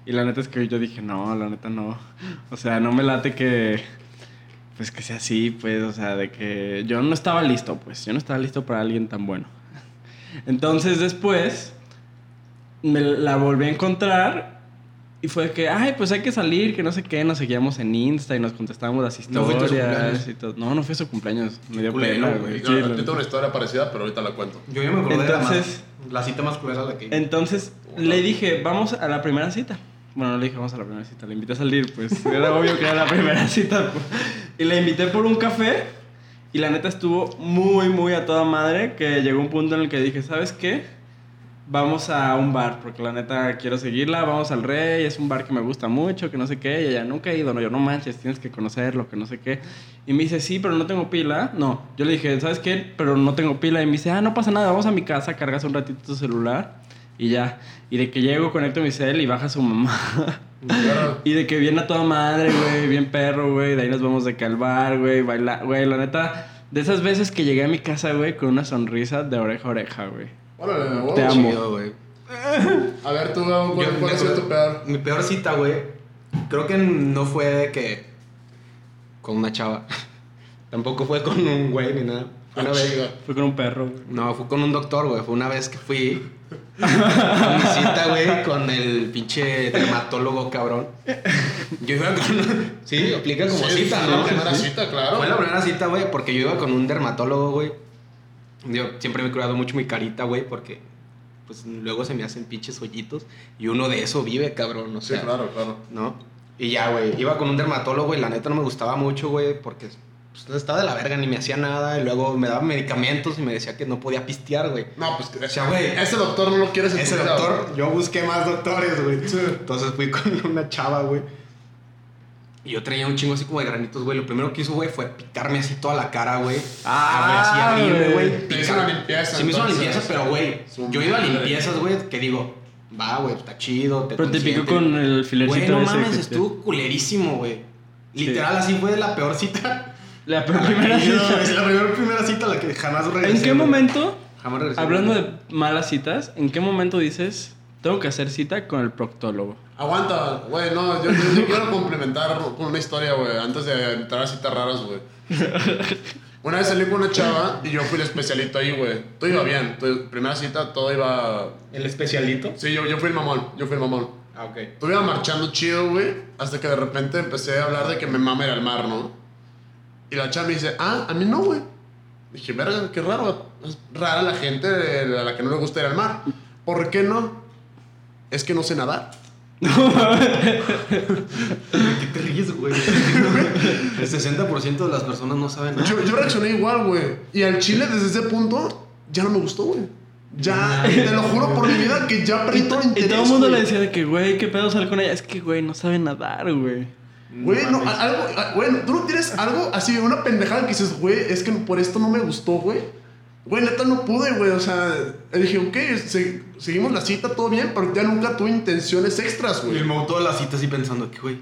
Speaker 3: Y la neta es que yo dije, no, la neta no. O sea, no me late que, pues que sea así, pues, o sea, de que yo no estaba listo, pues, yo no estaba listo para alguien tan bueno. Entonces después, me la volví a encontrar y fue que, ay, pues hay que salir, que no sé qué, nos seguíamos en Insta y nos contestábamos las
Speaker 4: No fue tu
Speaker 3: historias
Speaker 4: cumpleaños.
Speaker 3: y todo. No, no fue su cumpleaños, me dio
Speaker 4: Culero,
Speaker 3: pena,
Speaker 4: güey.
Speaker 3: güey.
Speaker 1: Yo,
Speaker 3: Sí,
Speaker 1: yo
Speaker 3: la-
Speaker 1: tengo una historia parecida, pero ahorita la cuento.
Speaker 4: Yo ya me acordé
Speaker 3: Entonces-
Speaker 4: de la, más, la cita más culera la que...
Speaker 3: Entonces le dije, vamos a la primera cita. Bueno, no le dije, vamos a la primera cita. Le invité a salir, pues era obvio que era la primera cita. pues. Y la invité por un café. Y la neta estuvo muy, muy a toda madre. Que llegó un punto en el que dije, ¿sabes qué? Vamos a un bar, porque la neta quiero seguirla. Vamos al Rey, es un bar que me gusta mucho, que no sé qué. Y ella nunca he ido, no, yo no manches, tienes que conocerlo, que no sé qué. Y me dice, sí, pero no tengo pila. No, yo le dije, ¿sabes qué? Pero no tengo pila. Y me dice, ah, no pasa nada, vamos a mi casa, cargas un ratito tu celular y ya. Y de que llego, conecto mi cel y baja su mamá.
Speaker 4: Mm.
Speaker 1: Claro.
Speaker 3: y de que viene a toda madre, güey, bien perro, güey. De ahí nos vamos de calvar, güey, bailar, güey. La neta, de esas veces que llegué a mi casa, güey, con una sonrisa de oreja a oreja, güey.
Speaker 1: Órale, güey.
Speaker 3: Te amo.
Speaker 4: Chido, güey.
Speaker 1: A ver, tú, Gabo, ¿cuál,
Speaker 4: Yo
Speaker 1: cuál
Speaker 4: me
Speaker 1: ha sido
Speaker 4: acuerdo-
Speaker 1: tu peor?
Speaker 4: Mi peor cita, güey. Creo que no fue de que. Con una chava. Tampoco fue con un güey ni nada. Fue una
Speaker 1: Ah,
Speaker 4: vez.
Speaker 1: chinga.
Speaker 3: Fue con un perro, güey.
Speaker 4: No, fue con un doctor, güey. Fue una vez que fui. a mi cita, güey, con el pinche dermatólogo cabrón. Yo iba con. Sí, aplica como
Speaker 1: Sí,
Speaker 4: cita,
Speaker 1: sí,
Speaker 4: ¿no?
Speaker 1: La primera
Speaker 4: Sí.
Speaker 1: cita, claro.
Speaker 4: Fue la primera cita, güey, porque yo iba con un dermatólogo, güey. Yo siempre me he cuidado mucho mi carita, güey, porque pues luego se me hacen pinches hoyitos y uno de eso vive, cabrón, o
Speaker 1: Sí,
Speaker 4: sea,
Speaker 1: claro, claro.
Speaker 4: ¿no? Y ya, güey, iba con un dermatólogo y la neta no me gustaba mucho, güey, porque pues, estaba de la verga, ni me hacía nada y luego me daba medicamentos y me decía que no podía pistear, güey.
Speaker 1: No, pues, que-
Speaker 4: O sea, güey,
Speaker 1: ese doctor no lo quieres en
Speaker 4: Ese
Speaker 1: tu vida,
Speaker 4: doctor, yo busqué más doctores, güey. Entonces fui con una chava, güey. Y yo traía un chingo así como de granitos, güey. Lo primero que hizo, güey, fue picarme así toda la cara, güey.
Speaker 3: Ah,
Speaker 4: Abrirme,
Speaker 3: güey.
Speaker 4: güey.
Speaker 1: Te
Speaker 4: picar-
Speaker 1: hizo una limpieza,
Speaker 4: Sí, me hizo una
Speaker 1: entonces.
Speaker 4: limpieza, pero, güey.
Speaker 1: Su
Speaker 4: Yo iba a
Speaker 1: madre.
Speaker 4: limpiezas, güey, que digo, va, güey, está chido. Te
Speaker 3: Pero te picó
Speaker 4: consienten.
Speaker 3: con el filercito
Speaker 4: Güey, no
Speaker 3: ese que
Speaker 4: mames,
Speaker 3: te-
Speaker 4: estuvo culerísimo, güey. Literal, así fue de la peor cita.
Speaker 3: La primera
Speaker 4: A la que yo-
Speaker 3: cita.
Speaker 4: Es la peor primera cita a la que jamás regresé.
Speaker 3: ¿En qué
Speaker 4: güey.
Speaker 3: momento,
Speaker 4: Jamás regresé.
Speaker 3: hablando de malas citas, en qué momento dices, tengo que hacer cita con el proctólogo?
Speaker 1: Aguanta, güey, no, yo, yo- yo quiero complementar con una historia, güey, antes de entrar a citas raras, güey. Una vez salí con una chava y yo fui el especialito ahí, güey. Todo iba bien. Todo- primera cita, todo iba.
Speaker 4: ¿El especialito?
Speaker 1: Sí, yo, yo fui el mamón. Yo fui el mamón.
Speaker 4: Ah, ok.
Speaker 1: Todo iba marchando chido, güey. Hasta que de repente empecé a hablar de que me mama ir al mar, ¿no? Y la chava me dice, ah, a mí no, güey. Dije, verga, qué raro. Es rara la gente a la que no le gusta ir al mar. ¿Por qué no? Es que no sé nadar.
Speaker 5: ¿De qué te ríes, güey? El 60% de las personas no saben nada.
Speaker 1: Yo, yo reaccioné igual, güey. Y al chile desde ese punto ya no me gustó, güey. Ya, te lo juro por mi vida que ya perdí todo el
Speaker 3: Y
Speaker 1: interés.
Speaker 3: todo el mundo
Speaker 1: güey.
Speaker 3: le decía de que, güey, qué pedo salir con ella. Es que, güey, no sabe nadar, güey.
Speaker 1: Güey, no,
Speaker 5: ah,
Speaker 1: a- algo, a- güey, tú no tienes algo así, una pendejada que dices, güey, es que por esto no me gustó, güey. Güey, neta no pude, güey, o sea, dije, ok, se- seguimos la cita, todo bien, pero ya nunca tuve intenciones extras,
Speaker 5: Y el
Speaker 1: güey.
Speaker 5: Mau toda la cita así pensando que, güey,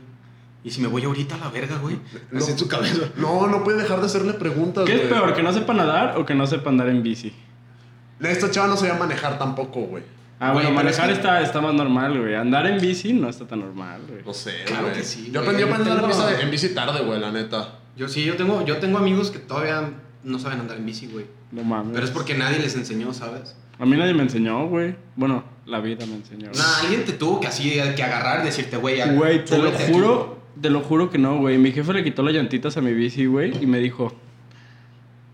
Speaker 5: ¿y si me voy ahorita a la verga, güey?
Speaker 1: No.
Speaker 5: Así en su cabeza.
Speaker 1: No, no puede dejar de hacerle preguntas,
Speaker 3: ¿Qué es
Speaker 1: güey.
Speaker 3: peor, que no sepa nadar o que no sepa andar en bici?
Speaker 1: Esta chava no sabía manejar tampoco, güey.
Speaker 3: Ah, bueno,
Speaker 4: Güey, pero es
Speaker 3: manejar
Speaker 4: que-
Speaker 3: está, está más normal, güey. Andar en bici no está tan normal, güey.
Speaker 1: No sé,
Speaker 5: Claro
Speaker 1: güey.
Speaker 5: que sí,
Speaker 1: Yo
Speaker 5: güey.
Speaker 1: aprendí a aprender en
Speaker 5: Tengo-
Speaker 1: bici- en bici tarde, güey, la neta.
Speaker 5: Yo sí, yo tengo, yo tengo amigos que todavía no saben andar en bici, güey.
Speaker 3: No mames.
Speaker 5: Pero es porque nadie les enseñó, ¿sabes?
Speaker 3: A mí nadie me enseñó, güey. Bueno, la vida me enseñó. güey.
Speaker 5: Nah, alguien te tuvo que así, que agarrar y decirte, güey, ya,
Speaker 3: Güey, te lo
Speaker 5: súbete aquí.
Speaker 3: juro, te lo juro que no, güey. Mi jefe le quitó las llantitas a mi bici, güey, y me dijo,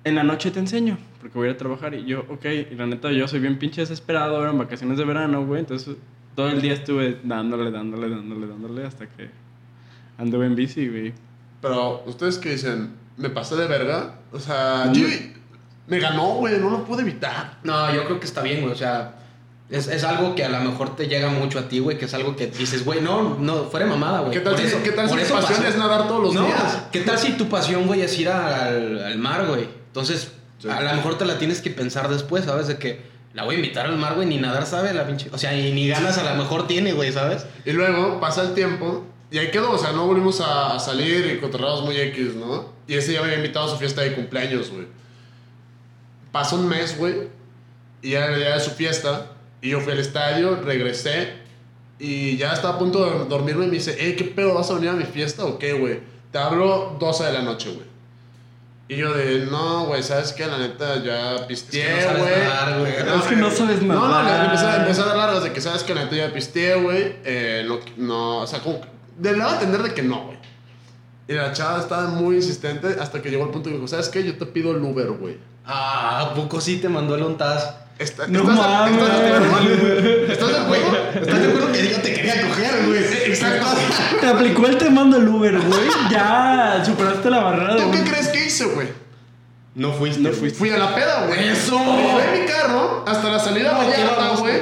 Speaker 3: en la noche te enseño, porque voy a ir a trabajar. Y yo, ok, y la neta, yo soy bien pinche desesperado, eran vacaciones de verano, güey. Entonces, todo el día estuve dándole, dándole, dándole, dándole, hasta que anduve en bici, güey.
Speaker 1: Pero, ¿ustedes que dicen? ¿Me pasé de verga? O sea, yo- me ganó, güey, no lo pude evitar.
Speaker 4: No, yo creo que está bien, güey. O sea, es, es algo que a lo mejor te llega mucho a ti, güey, que es algo que dices, güey, no, no, fuera de mamada, güey.
Speaker 1: ¿Qué tal
Speaker 4: Por
Speaker 1: si-
Speaker 4: eso-
Speaker 1: qué tal si
Speaker 4: por
Speaker 1: tu
Speaker 4: eso
Speaker 1: pasión
Speaker 4: pasó.
Speaker 1: es nadar todos los
Speaker 4: No,
Speaker 1: días?
Speaker 4: ¿Qué tal si tu pasión, güey, es ir al, al mar, güey? Entonces, a lo mejor te la tienes que pensar después, ¿sabes? De que la voy a invitar al mar, güey, ni nadar sabe la pinche. O sea, y ni ganas a lo mejor tiene, güey, ¿sabes?
Speaker 1: Y luego pasa el tiempo y ahí quedó, o sea, no volvimos a, a salir y cotorreados muy X, ¿no? Y ese ya me había invitado a su fiesta de cumpleaños, güey. Pasó un mes, güey, y ya era el día de su fiesta, y yo fui al estadio, regresé, y ya estaba a punto de dormirme y me dice, hey, ¿qué pedo? ¿Vas a venir a mi fiesta o qué, güey? Te hablo 12 de la noche, güey. Y yo de, no, güey, ¿sabes qué? La neta, ya pisteé,
Speaker 5: Es que no sabes
Speaker 1: güey.
Speaker 5: nadar, güey.
Speaker 3: Es que no sabes
Speaker 1: No, no,
Speaker 3: nadar.
Speaker 1: le empecé, a- empecé a dar largas de que sabes que la neta ya pisteé, güey. Eh, no, no, o sea, como. que- De nada entender de que no, güey. Y la chava estaba muy insistente hasta que llegó al punto que dijo, ¿sabes qué? Yo te pido el Uber, güey.
Speaker 4: Ah, ¿a poco sí te mandó el ontaz?
Speaker 1: Está-
Speaker 3: No
Speaker 1: ¿estás de-
Speaker 3: mames.
Speaker 1: ¿Estás de acuerdo? ¿Estás de acuerdo?
Speaker 5: ¿Estás seguro que yo te quería coger, güey?
Speaker 1: Exacto.
Speaker 3: Te aplicó el te mando el Uber, güey. Ya superaste la barrera de
Speaker 1: ¿Tú qué
Speaker 3: un-
Speaker 1: crees que hice, güey?
Speaker 5: No fuiste.
Speaker 3: No
Speaker 5: güey.
Speaker 3: fuiste.
Speaker 1: Fui a la peda, güey.
Speaker 5: ¡Eso!
Speaker 1: Fui en mi carro hasta la salida de
Speaker 5: qué
Speaker 1: Vallarta,
Speaker 5: baboso,
Speaker 1: güey.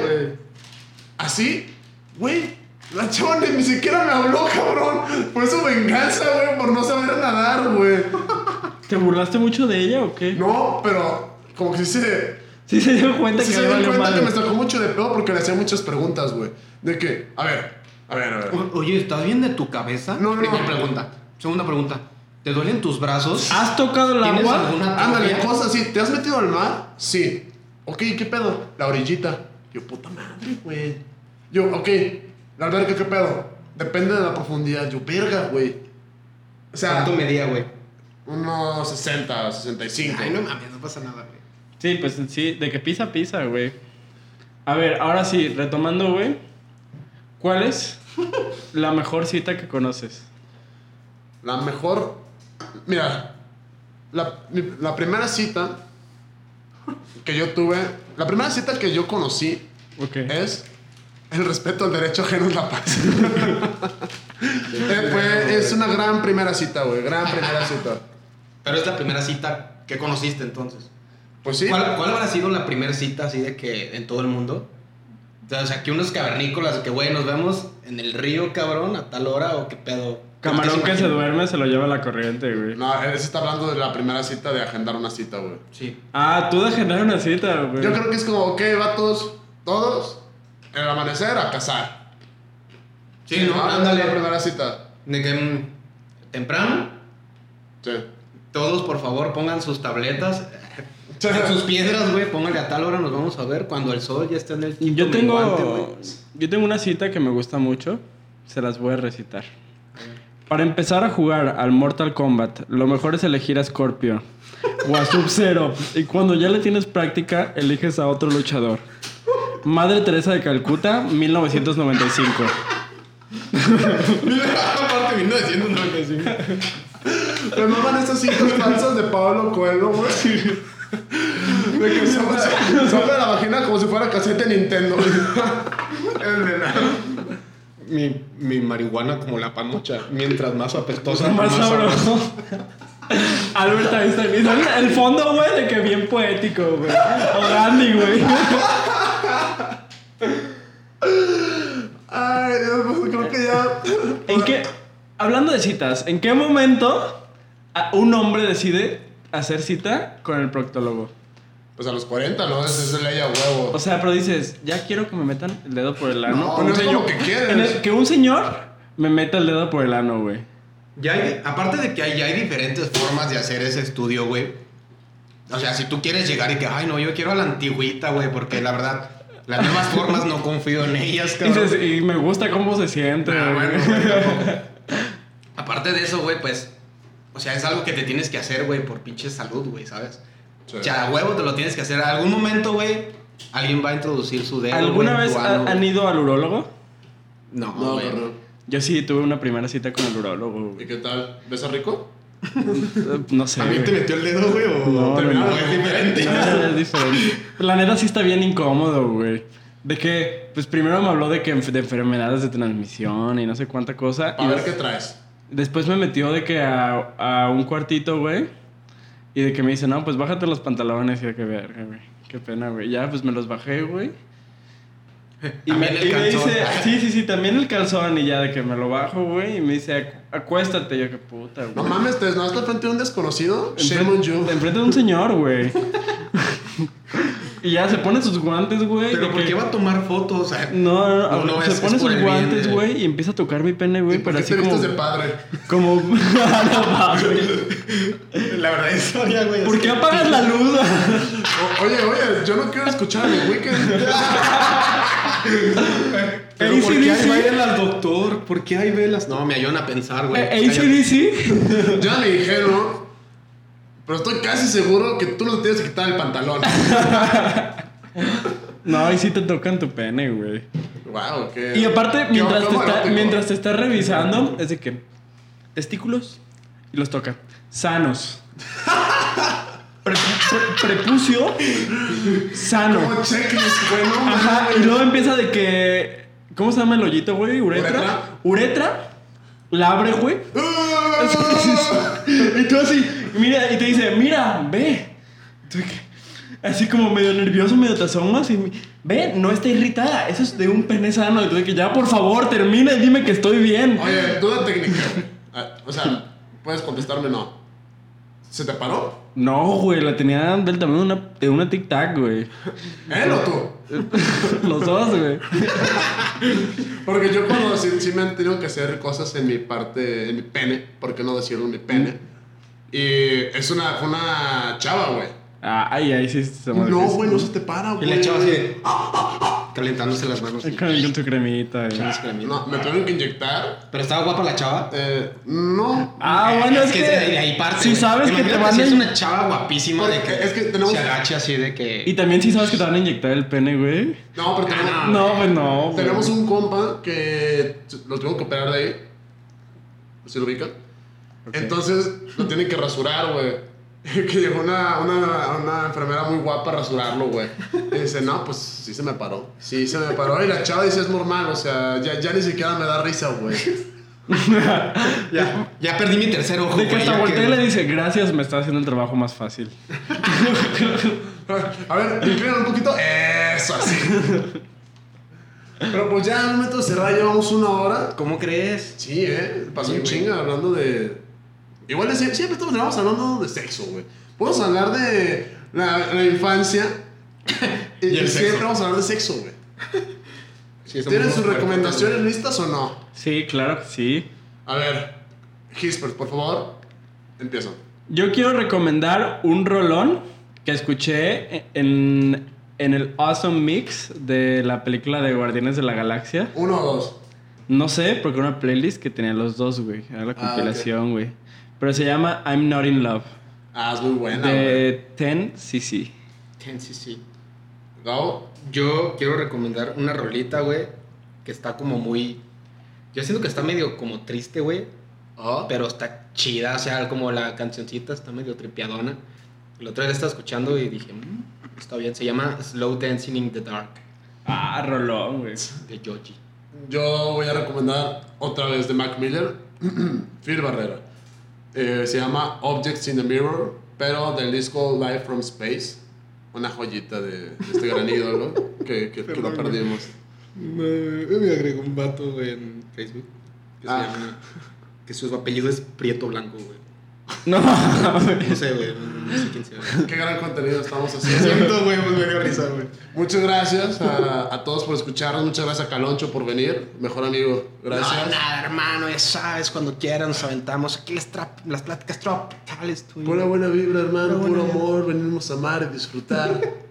Speaker 1: Así, güey. La chava ni, ni siquiera me habló, cabrón. Por eso venganza, güey, por no saber nadar, güey.
Speaker 3: ¿Te burlaste mucho de ella o qué?
Speaker 1: No, pero como que sí se.
Speaker 3: Sí se dio cuenta
Speaker 1: Sí
Speaker 3: que
Speaker 1: se
Speaker 3: me
Speaker 1: dio
Speaker 3: valió
Speaker 1: cuenta
Speaker 3: madre.
Speaker 1: que me sacó mucho de pedo porque le hacía muchas preguntas, güey. De que, a ver, a ver, a ver.
Speaker 5: O- Oye, ¿estás bien de tu cabeza?
Speaker 1: No, no,
Speaker 5: Primera
Speaker 1: no.
Speaker 5: pregunta. Segunda pregunta. ¿Te duelen tus brazos?
Speaker 4: Ah,
Speaker 3: ¿Has tocado el
Speaker 5: ¿Tienes
Speaker 3: agua?
Speaker 5: alguna
Speaker 1: Ándale,
Speaker 5: atrofia?
Speaker 1: cosas así. ¿Te has metido al mar? Sí. Ok, ¿qué pedo? La orillita. Yo, puta madre, güey. Yo, ok, la alberca, ¿qué pedo? Depende de la profundidad. Yo, verga, güey. O sea,
Speaker 5: ¿Cuánto medía, güey?
Speaker 1: unos 60, 65.
Speaker 5: Ay, no mames, no pasa nada, güey.
Speaker 3: Sí, pues sí, de que pisa, pisa, güey. A ver, ahora sí, retomando, güey. ¿Cuál es la mejor cita que conoces?
Speaker 1: La mejor. Mira, la, mi- la primera cita que yo tuve, la primera cita que yo conocí
Speaker 3: Ok.
Speaker 1: es el respeto al derecho ajeno es la paz. Eh, fue- es una gran primera cita, güey, gran primera cita.
Speaker 5: Pero es la primera cita que conociste entonces.
Speaker 1: Pues sí.
Speaker 5: ¿Cuál, cuál habrá sido la primera cita así de que en todo el mundo? O sea, que unos cavernícolas que, güey, nos vemos en el río, cabrón, a tal hora o qué pedo.
Speaker 3: Camarón que se
Speaker 5: duele.
Speaker 3: duerme se lo lleva la corriente, güey.
Speaker 1: No, él se está hablando de la primera cita, de agendar una cita, güey.
Speaker 5: Sí.
Speaker 3: Ah, tú de generar una cita, güey.
Speaker 1: Yo creo que es como, ok, vatos, todos, en el amanecer a casar.
Speaker 5: Sí, no, ándale.
Speaker 1: La primera cita.
Speaker 5: De que, mm, temprano,
Speaker 1: Sí.
Speaker 5: todos por favor pongan sus tabletas, sus piedras, güey, pónganle a tal hora, nos vamos a ver cuando el sol ya esté en el quinto
Speaker 3: Yo
Speaker 5: menguante,
Speaker 3: tengo,
Speaker 5: güey.
Speaker 3: yo tengo una cita que me gusta mucho. Se las voy a recitar. Para empezar a jugar al Mortal Kombat, lo mejor es elegir a Scorpio. o a Sub-Zero. Y cuando ya le tienes práctica, eliges a otro luchador. Madre Teresa de Calcuta, 1995.
Speaker 4: Aparte, 1995.
Speaker 1: Me maman estas cintas falsas de Pablo Coelho, güey. De que se abre- se abre la vagina como si fuera casete Nintendo.
Speaker 4: El de la- Mi, mi marihuana como la panocha. Mientras más apestosa,
Speaker 3: Más sabroso. Albert Einstein. Y son El fondo, güey, de que bien poético, güey. O Gandhi, güey.
Speaker 1: Ay, Dios, pues creo que ya.
Speaker 3: ¿En qué? Hablando de citas, ¿en qué momento a- un hombre decide hacer cita con el proctólogo?
Speaker 1: Pues a los 40, ¿no? Ese es el ella huevo.
Speaker 3: O sea, pero dices, ya quiero que me metan el dedo por el ano.
Speaker 1: No,
Speaker 3: Un
Speaker 1: no es
Speaker 3: señor-
Speaker 1: como que quieres.
Speaker 3: en el- que un señor me meta el dedo por el ano, güey.
Speaker 5: Ya hay- aparte de que hay, ya hay diferentes formas de hacer ese estudio, güey. O sea, si tú quieres llegar y que, ay, no, yo quiero a la antigüita, güey, porque la verdad, las nuevas formas no confío en ellas, cabrón.
Speaker 3: Dices, y me gusta cómo se siente.
Speaker 5: Ah,
Speaker 3: güey.
Speaker 5: bueno, güey, tampoco. Aparte de eso, güey, pues, o sea, es algo que te tienes que hacer, güey, por pinche salud, güey, ¿sabes?
Speaker 1: Sí.
Speaker 5: O sea, a huevo te lo tienes que hacer. En algún momento, güey, alguien va a introducir su dedo.
Speaker 3: ¿Alguna
Speaker 5: güey, en
Speaker 3: vez
Speaker 5: tu
Speaker 3: ha-
Speaker 5: ano,
Speaker 3: han
Speaker 5: güey.
Speaker 3: ido al urólogo?
Speaker 5: No,
Speaker 1: No,
Speaker 5: güey.
Speaker 1: no, no.
Speaker 3: Yo sí tuve una primera cita con el urólogo,
Speaker 1: ¿Y
Speaker 3: güey.
Speaker 1: qué tal? ¿Besa rico?
Speaker 3: Eh, No sé.
Speaker 4: ¿También te
Speaker 3: güey.
Speaker 4: metió el dedo, güey? ¿O
Speaker 3: No, no,
Speaker 4: terminaron?
Speaker 3: no.
Speaker 4: Es diferente.
Speaker 3: No, es diferente. La neta sí está bien incómodo, güey. De que, pues primero me habló de que enf- de enfermedades de transmisión y no sé cuánta cosa.
Speaker 1: A
Speaker 3: y
Speaker 1: ver
Speaker 3: des-
Speaker 1: qué traes.
Speaker 3: Después me metió de que a, a un cuartito, güey. Y de que me dice, no, pues bájate los pantalones. Y de que verga, güey. Qué pena, güey. Ya, pues me los bajé, güey. Y me,
Speaker 5: También el
Speaker 3: y me
Speaker 5: calzón.
Speaker 3: dice, sí, sí, sí, también el calzón. Y ya de que me lo bajo, güey. Y me dice, "Acu- acuéstate. Y yo, qué puta, güey.
Speaker 1: No mames, te desnudaste al frente de un desconocido. Shame on you.
Speaker 3: Enfrente, enfrente de un señor, güey. y ya se pone sus guantes, güey.
Speaker 5: Pero
Speaker 3: de
Speaker 5: ¿por
Speaker 3: que-
Speaker 5: qué va a tomar fotos? O sea,
Speaker 3: No, no,
Speaker 5: No,
Speaker 3: no,
Speaker 5: no,
Speaker 3: se
Speaker 5: es-
Speaker 3: pone
Speaker 5: es por
Speaker 3: sus
Speaker 5: el bien
Speaker 3: guantes,
Speaker 5: de-
Speaker 3: güey, y empieza a tocar mi pene,
Speaker 1: ¿Y
Speaker 3: güey,
Speaker 1: por
Speaker 3: pero
Speaker 1: qué
Speaker 3: pues
Speaker 1: te
Speaker 3: así como...
Speaker 1: vistes este de padre?
Speaker 3: Como... No, mames.
Speaker 4: La verdad es historia, güey.
Speaker 3: ¿Por
Speaker 4: así.
Speaker 3: qué apagas la luz?
Speaker 1: O- oye, oye, yo no quiero escuchar el Weekend.
Speaker 4: Pero
Speaker 3: AC/DC.
Speaker 4: ¿por qué hay velas, doctor? ¿Por qué hay velas? No,
Speaker 5: no, me ayudan a pensar, güey.
Speaker 3: Eh, ACDC.
Speaker 1: Ya me dijeron, pero estoy casi seguro que tú no te tienes que quitar el pantalón.
Speaker 3: No, ahí sí te tocan tu pene, güey.
Speaker 1: wow, qué.
Speaker 3: Y aparte,
Speaker 1: qué
Speaker 3: mientras te,
Speaker 1: ojo
Speaker 3: está,
Speaker 1: erótico.
Speaker 3: mientras te está revisando, es de que... Testículos. Y los toca. Sanos. Pre- pre- prepucio. Sano.
Speaker 1: Como checklist, güey, no mames.
Speaker 3: Ajá, y luego empieza de que. ¿Cómo se llama el hoyito, güey? Uretra. Uretra. La abre, güey.
Speaker 1: ¡Ah!
Speaker 3: Y tú así, mira, y te dice, mira, ve. Tú de que- Así como medio nervioso, medio te asomas y mi- ve, no está irritada. Eso es de un pene sano. Y tú de que ya, por favor, termina y dime que estoy bien.
Speaker 1: Ah, Oye, duda técnica, güey. Ah, O sea, puedes contestarme no. ¿Se te paró?
Speaker 3: No, güey, la tenía del tamaño de una, de una tic tac, güey.
Speaker 1: ¿Él o tú?
Speaker 3: Los dos, güey.
Speaker 1: Porque yo cuando sí, sí me han tenido que hacer cosas en mi parte, en mi pene, ¿por qué no decirlo en mi pene? Y es una, fue una chava, güey.
Speaker 3: Ah, ay, ay, sí, se me
Speaker 1: No,
Speaker 3: deshizo.
Speaker 1: güey, no se te para,
Speaker 5: Y
Speaker 1: güey.
Speaker 5: le echaba así, de- calentándose las manos.
Speaker 3: Con, con tu cremita, güey.
Speaker 1: No, me tuvieron que inyectar.
Speaker 5: Pero estaba guapa la chava. Eh,
Speaker 1: Eh, no.
Speaker 3: Ah, bueno, es, que,
Speaker 5: de ahí parte.
Speaker 3: si
Speaker 5: güey.
Speaker 3: sabes que te
Speaker 5: Imagínate
Speaker 3: van
Speaker 5: si
Speaker 3: a
Speaker 5: es
Speaker 3: in-
Speaker 5: una chava guapísima de
Speaker 1: Porque
Speaker 5: que
Speaker 1: es que tenemos-
Speaker 5: se agache así de que
Speaker 3: y también si sabes que te van a inyectar el pene, güey.
Speaker 5: Ah,
Speaker 1: No, pero tenemos,
Speaker 3: No, pues no. güey.
Speaker 1: tenemos un compa que lo tuvieron que operar de ahí. ¿Se lo ubican? Entonces lo tienen que rasurar, güey. Que llegó una, una, una enfermera muy guapa a rasurarlo, güey. Y dice, no, pues sí se me paró. Sí se me paró. Y la chava dice, es normal, o sea, ya, ya ni siquiera me da risa, güey.
Speaker 5: ya, ya perdí mi tercer ojo.
Speaker 3: De que
Speaker 5: güey,
Speaker 3: hasta
Speaker 5: ya
Speaker 3: voltea y le dice, gracias, me está haciendo el trabajo más fácil.
Speaker 1: A ver, inclina un poquito. Eso, así. Pero pues ya en un momento de cerrar llevamos una hora.
Speaker 5: ¿Cómo crees?
Speaker 1: Sí, eh. Pasó
Speaker 5: Sí,
Speaker 1: un
Speaker 5: güey.
Speaker 1: chinga hablando de. Igual de sie- siempre estamos estamos hablando de sexo, güey. Podemos hablar de la, la infancia. y
Speaker 5: Y el
Speaker 1: siempre
Speaker 5: sexo.
Speaker 1: vamos a hablar de sexo, güey.
Speaker 5: Sí, somos
Speaker 1: ¿Tienen
Speaker 5: unos
Speaker 1: sus
Speaker 5: puercos,
Speaker 1: recomendaciones
Speaker 5: güey.
Speaker 1: listas o no?
Speaker 3: Sí, claro que sí.
Speaker 1: A ver, Gispert, por favor, empieza.
Speaker 3: Yo quiero recomendar un rolón que escuché en, en el Awesome Mix de la película de Guardianes de la Galaxia.
Speaker 1: Uno o dos.
Speaker 3: No sé, porque era una playlist que tenía los dos, güey. Era la
Speaker 1: Ah,
Speaker 3: compilación, güey. Pero se llama I'm Not In Love.
Speaker 1: Ah, es muy buena, güey.
Speaker 3: de 10cc.
Speaker 4: Tensi, sí.
Speaker 1: Gabo,
Speaker 4: Yo quiero recomendar una rolita, güey, que está como muy... Yo siento que está medio como triste, güey,
Speaker 1: ¿ah?
Speaker 4: pero está chida, o sea, como la cancioncita está medio tripiadona. El otro día la estaba escuchando y dije, "Mm, está bien, se llama Slow Dancing in the Dark
Speaker 3: Ah, rolón, güey.
Speaker 4: de Joji.
Speaker 1: Yo voy a recomendar otra vez de Mac Miller, Phil Barrera. Eh, se llama Objects in the Mirror, pero del disco Live from Space. Una joyita de, de este gran ídolo que, que, que lo perdimos.
Speaker 4: Me agregó un vato, güey, en Facebook que
Speaker 1: Ah.
Speaker 4: se llama... Que su apellido es Prieto Blanco, güey.
Speaker 3: No,
Speaker 4: No sé, güey, no sé quién sea.
Speaker 1: Qué gran contenido estamos
Speaker 4: Lo
Speaker 1: haciendo.
Speaker 4: siento, güey, pues me dio risa, güey.
Speaker 1: Muchas gracias a, a todos por escucharnos. Muchas gracias a Caloncho por venir. Mejor amigo, gracias.
Speaker 4: No, nada, hermano, ya sabes, cuando quieran nos aventamos aquí las, trap- las pláticas tropicales, tú. y-
Speaker 1: Pura buena vibra, hermano,
Speaker 4: Pura
Speaker 1: puro
Speaker 4: buena vibra.
Speaker 1: amor, venimos a amar y disfrutar.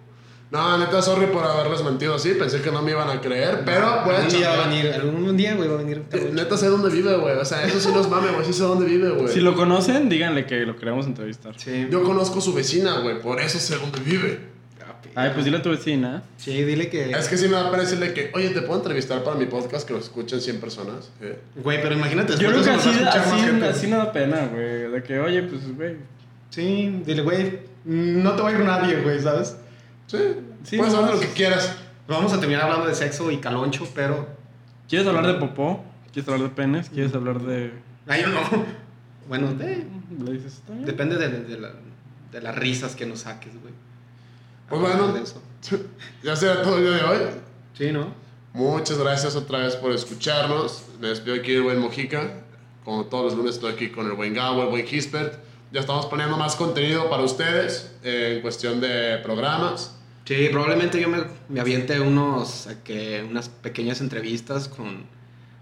Speaker 1: No, neta, sorry por haberles mentido así, pensé que no me iban a creer, pero voy a
Speaker 4: Algún día va a
Speaker 1: chambear.
Speaker 4: venir, algún día, güey, va a venir.
Speaker 1: Eh, Neta, sé dónde vive, güey, o sea, eso sí nos mame, güey, sí sé dónde vive, güey.
Speaker 3: si lo conocen, díganle que lo queremos entrevistar.
Speaker 4: Sí.
Speaker 1: Yo conozco su vecina, güey, por eso sé dónde vive.
Speaker 3: Ay, pues dile a tu vecina.
Speaker 4: Sí, dile que...
Speaker 1: Es que sí me va a parecerle que, oye, ¿te puedo entrevistar para mi podcast que lo escuchen 100 personas? ¿Eh?
Speaker 4: Güey, pero imagínate,
Speaker 3: Yo
Speaker 4: después
Speaker 3: creo que
Speaker 4: eso
Speaker 3: así,
Speaker 4: nos va a escuchar más
Speaker 3: así,
Speaker 4: gente.
Speaker 3: así no da pena, güey. De que, oye, pues, güey.
Speaker 4: Sí, dile, güey, no te va a ir nadie, güey, ¿sabes?
Speaker 1: Sí,
Speaker 3: Sí,
Speaker 1: puedes
Speaker 3: no
Speaker 1: hablar lo
Speaker 3: mames.
Speaker 1: que quieras.
Speaker 4: Vamos a terminar hablando de sexo y caloncho, pero...
Speaker 3: ¿Quieres hablar de popó? ¿Quieres hablar de penes? ¿Quieres hablar de.?
Speaker 4: Ay, no. Bueno, de-
Speaker 3: ¿Le dices "Está bien".
Speaker 4: depende de, de la- de las risas que nos saques, güey.
Speaker 1: Pues bueno,
Speaker 4: De eso.
Speaker 1: ya será todo el día de hoy.
Speaker 4: Sí, ¿no?
Speaker 1: Muchas gracias otra vez por escucharnos. Me despido aquí el buen Mojica. Como todos los lunes estoy aquí con el buen Gabo, el buen Gispert. Ya estamos poniendo más contenido para ustedes eh, en cuestión de programas.
Speaker 4: Sí, probablemente yo me, me aviente unos, a que, unas pequeñas entrevistas con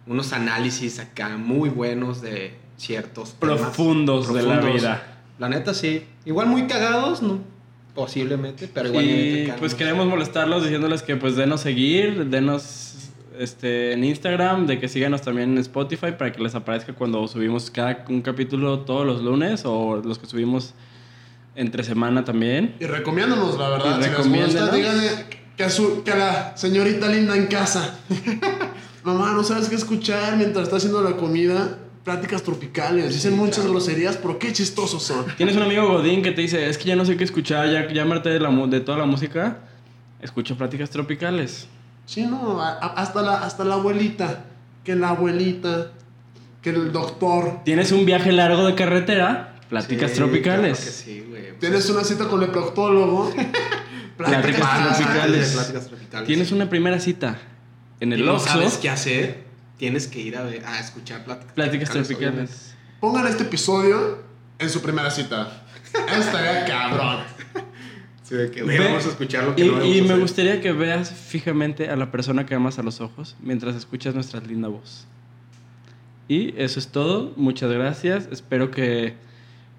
Speaker 4: unos análisis acá muy buenos de ciertos temas.
Speaker 3: Profundos de la vida.
Speaker 4: La neta, sí. Igual muy cagados, no, posiblemente, pero igual.
Speaker 3: Y pues queremos molestarlos diciéndoles que pues denos seguir, denos este, en Instagram, de que síganos también en Spotify para que les aparezca cuando subimos cada un capítulo todos los lunes o los que subimos entre semana también.
Speaker 1: Y recomiéndanos, la verdad.
Speaker 3: Y
Speaker 1: si les gusta,
Speaker 3: recomiéndanos.
Speaker 1: díganle que, a su- que a la señorita linda en casa. Mamá, no sabes qué escuchar mientras está haciendo la comida. Pláticas tropicales. Dicen muchas groserías, pero qué chistosos son.
Speaker 3: Tienes un amigo Godín que te dice, es que ya no sé qué escuchar, ya, ya me harté de, la mu- de toda la música, escucha pláticas tropicales.
Speaker 1: Sí, no, a- a- hasta la, hasta la abuelita, que la abuelita, que el doctor.
Speaker 3: Tienes un viaje largo de carretera, pláticas tropicales.
Speaker 4: sí, güey.
Speaker 1: Tienes una cita con el proctólogo.
Speaker 3: Pláticas
Speaker 1: pláticas
Speaker 3: tropicales.
Speaker 4: Pláticas tropicales.
Speaker 3: Tienes una primera cita en
Speaker 4: Y
Speaker 3: el
Speaker 4: no
Speaker 3: Oxxo,
Speaker 4: sabes qué hacer, tienes que ir a, ver- a escuchar pláticas
Speaker 3: pláticas
Speaker 4: obviamente.
Speaker 3: tropicales.
Speaker 1: Pongan este episodio en su primera cita. Estaría cabrón.
Speaker 4: Sí, de que, güey,
Speaker 3: Ve-
Speaker 4: vamos a escuchar lo que
Speaker 3: Y,
Speaker 4: no
Speaker 3: y me
Speaker 4: hacer.
Speaker 3: gustaría que veas fijamente a la persona que amas a los ojos mientras escuchas nuestra linda voz. Y eso es todo. Muchas gracias. Espero que,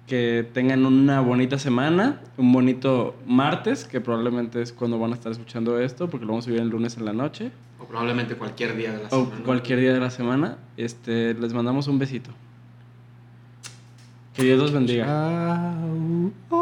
Speaker 3: que tengan una bonita semana, un bonito martes, que probablemente es cuando van a estar escuchando esto, porque lo vamos a subir el lunes en la noche
Speaker 4: O probablemente cualquier día de la
Speaker 3: o
Speaker 4: semana.
Speaker 3: cualquier día de la semana. Este, les mandamos un besito. Que Dios los bendiga.
Speaker 4: Au, au.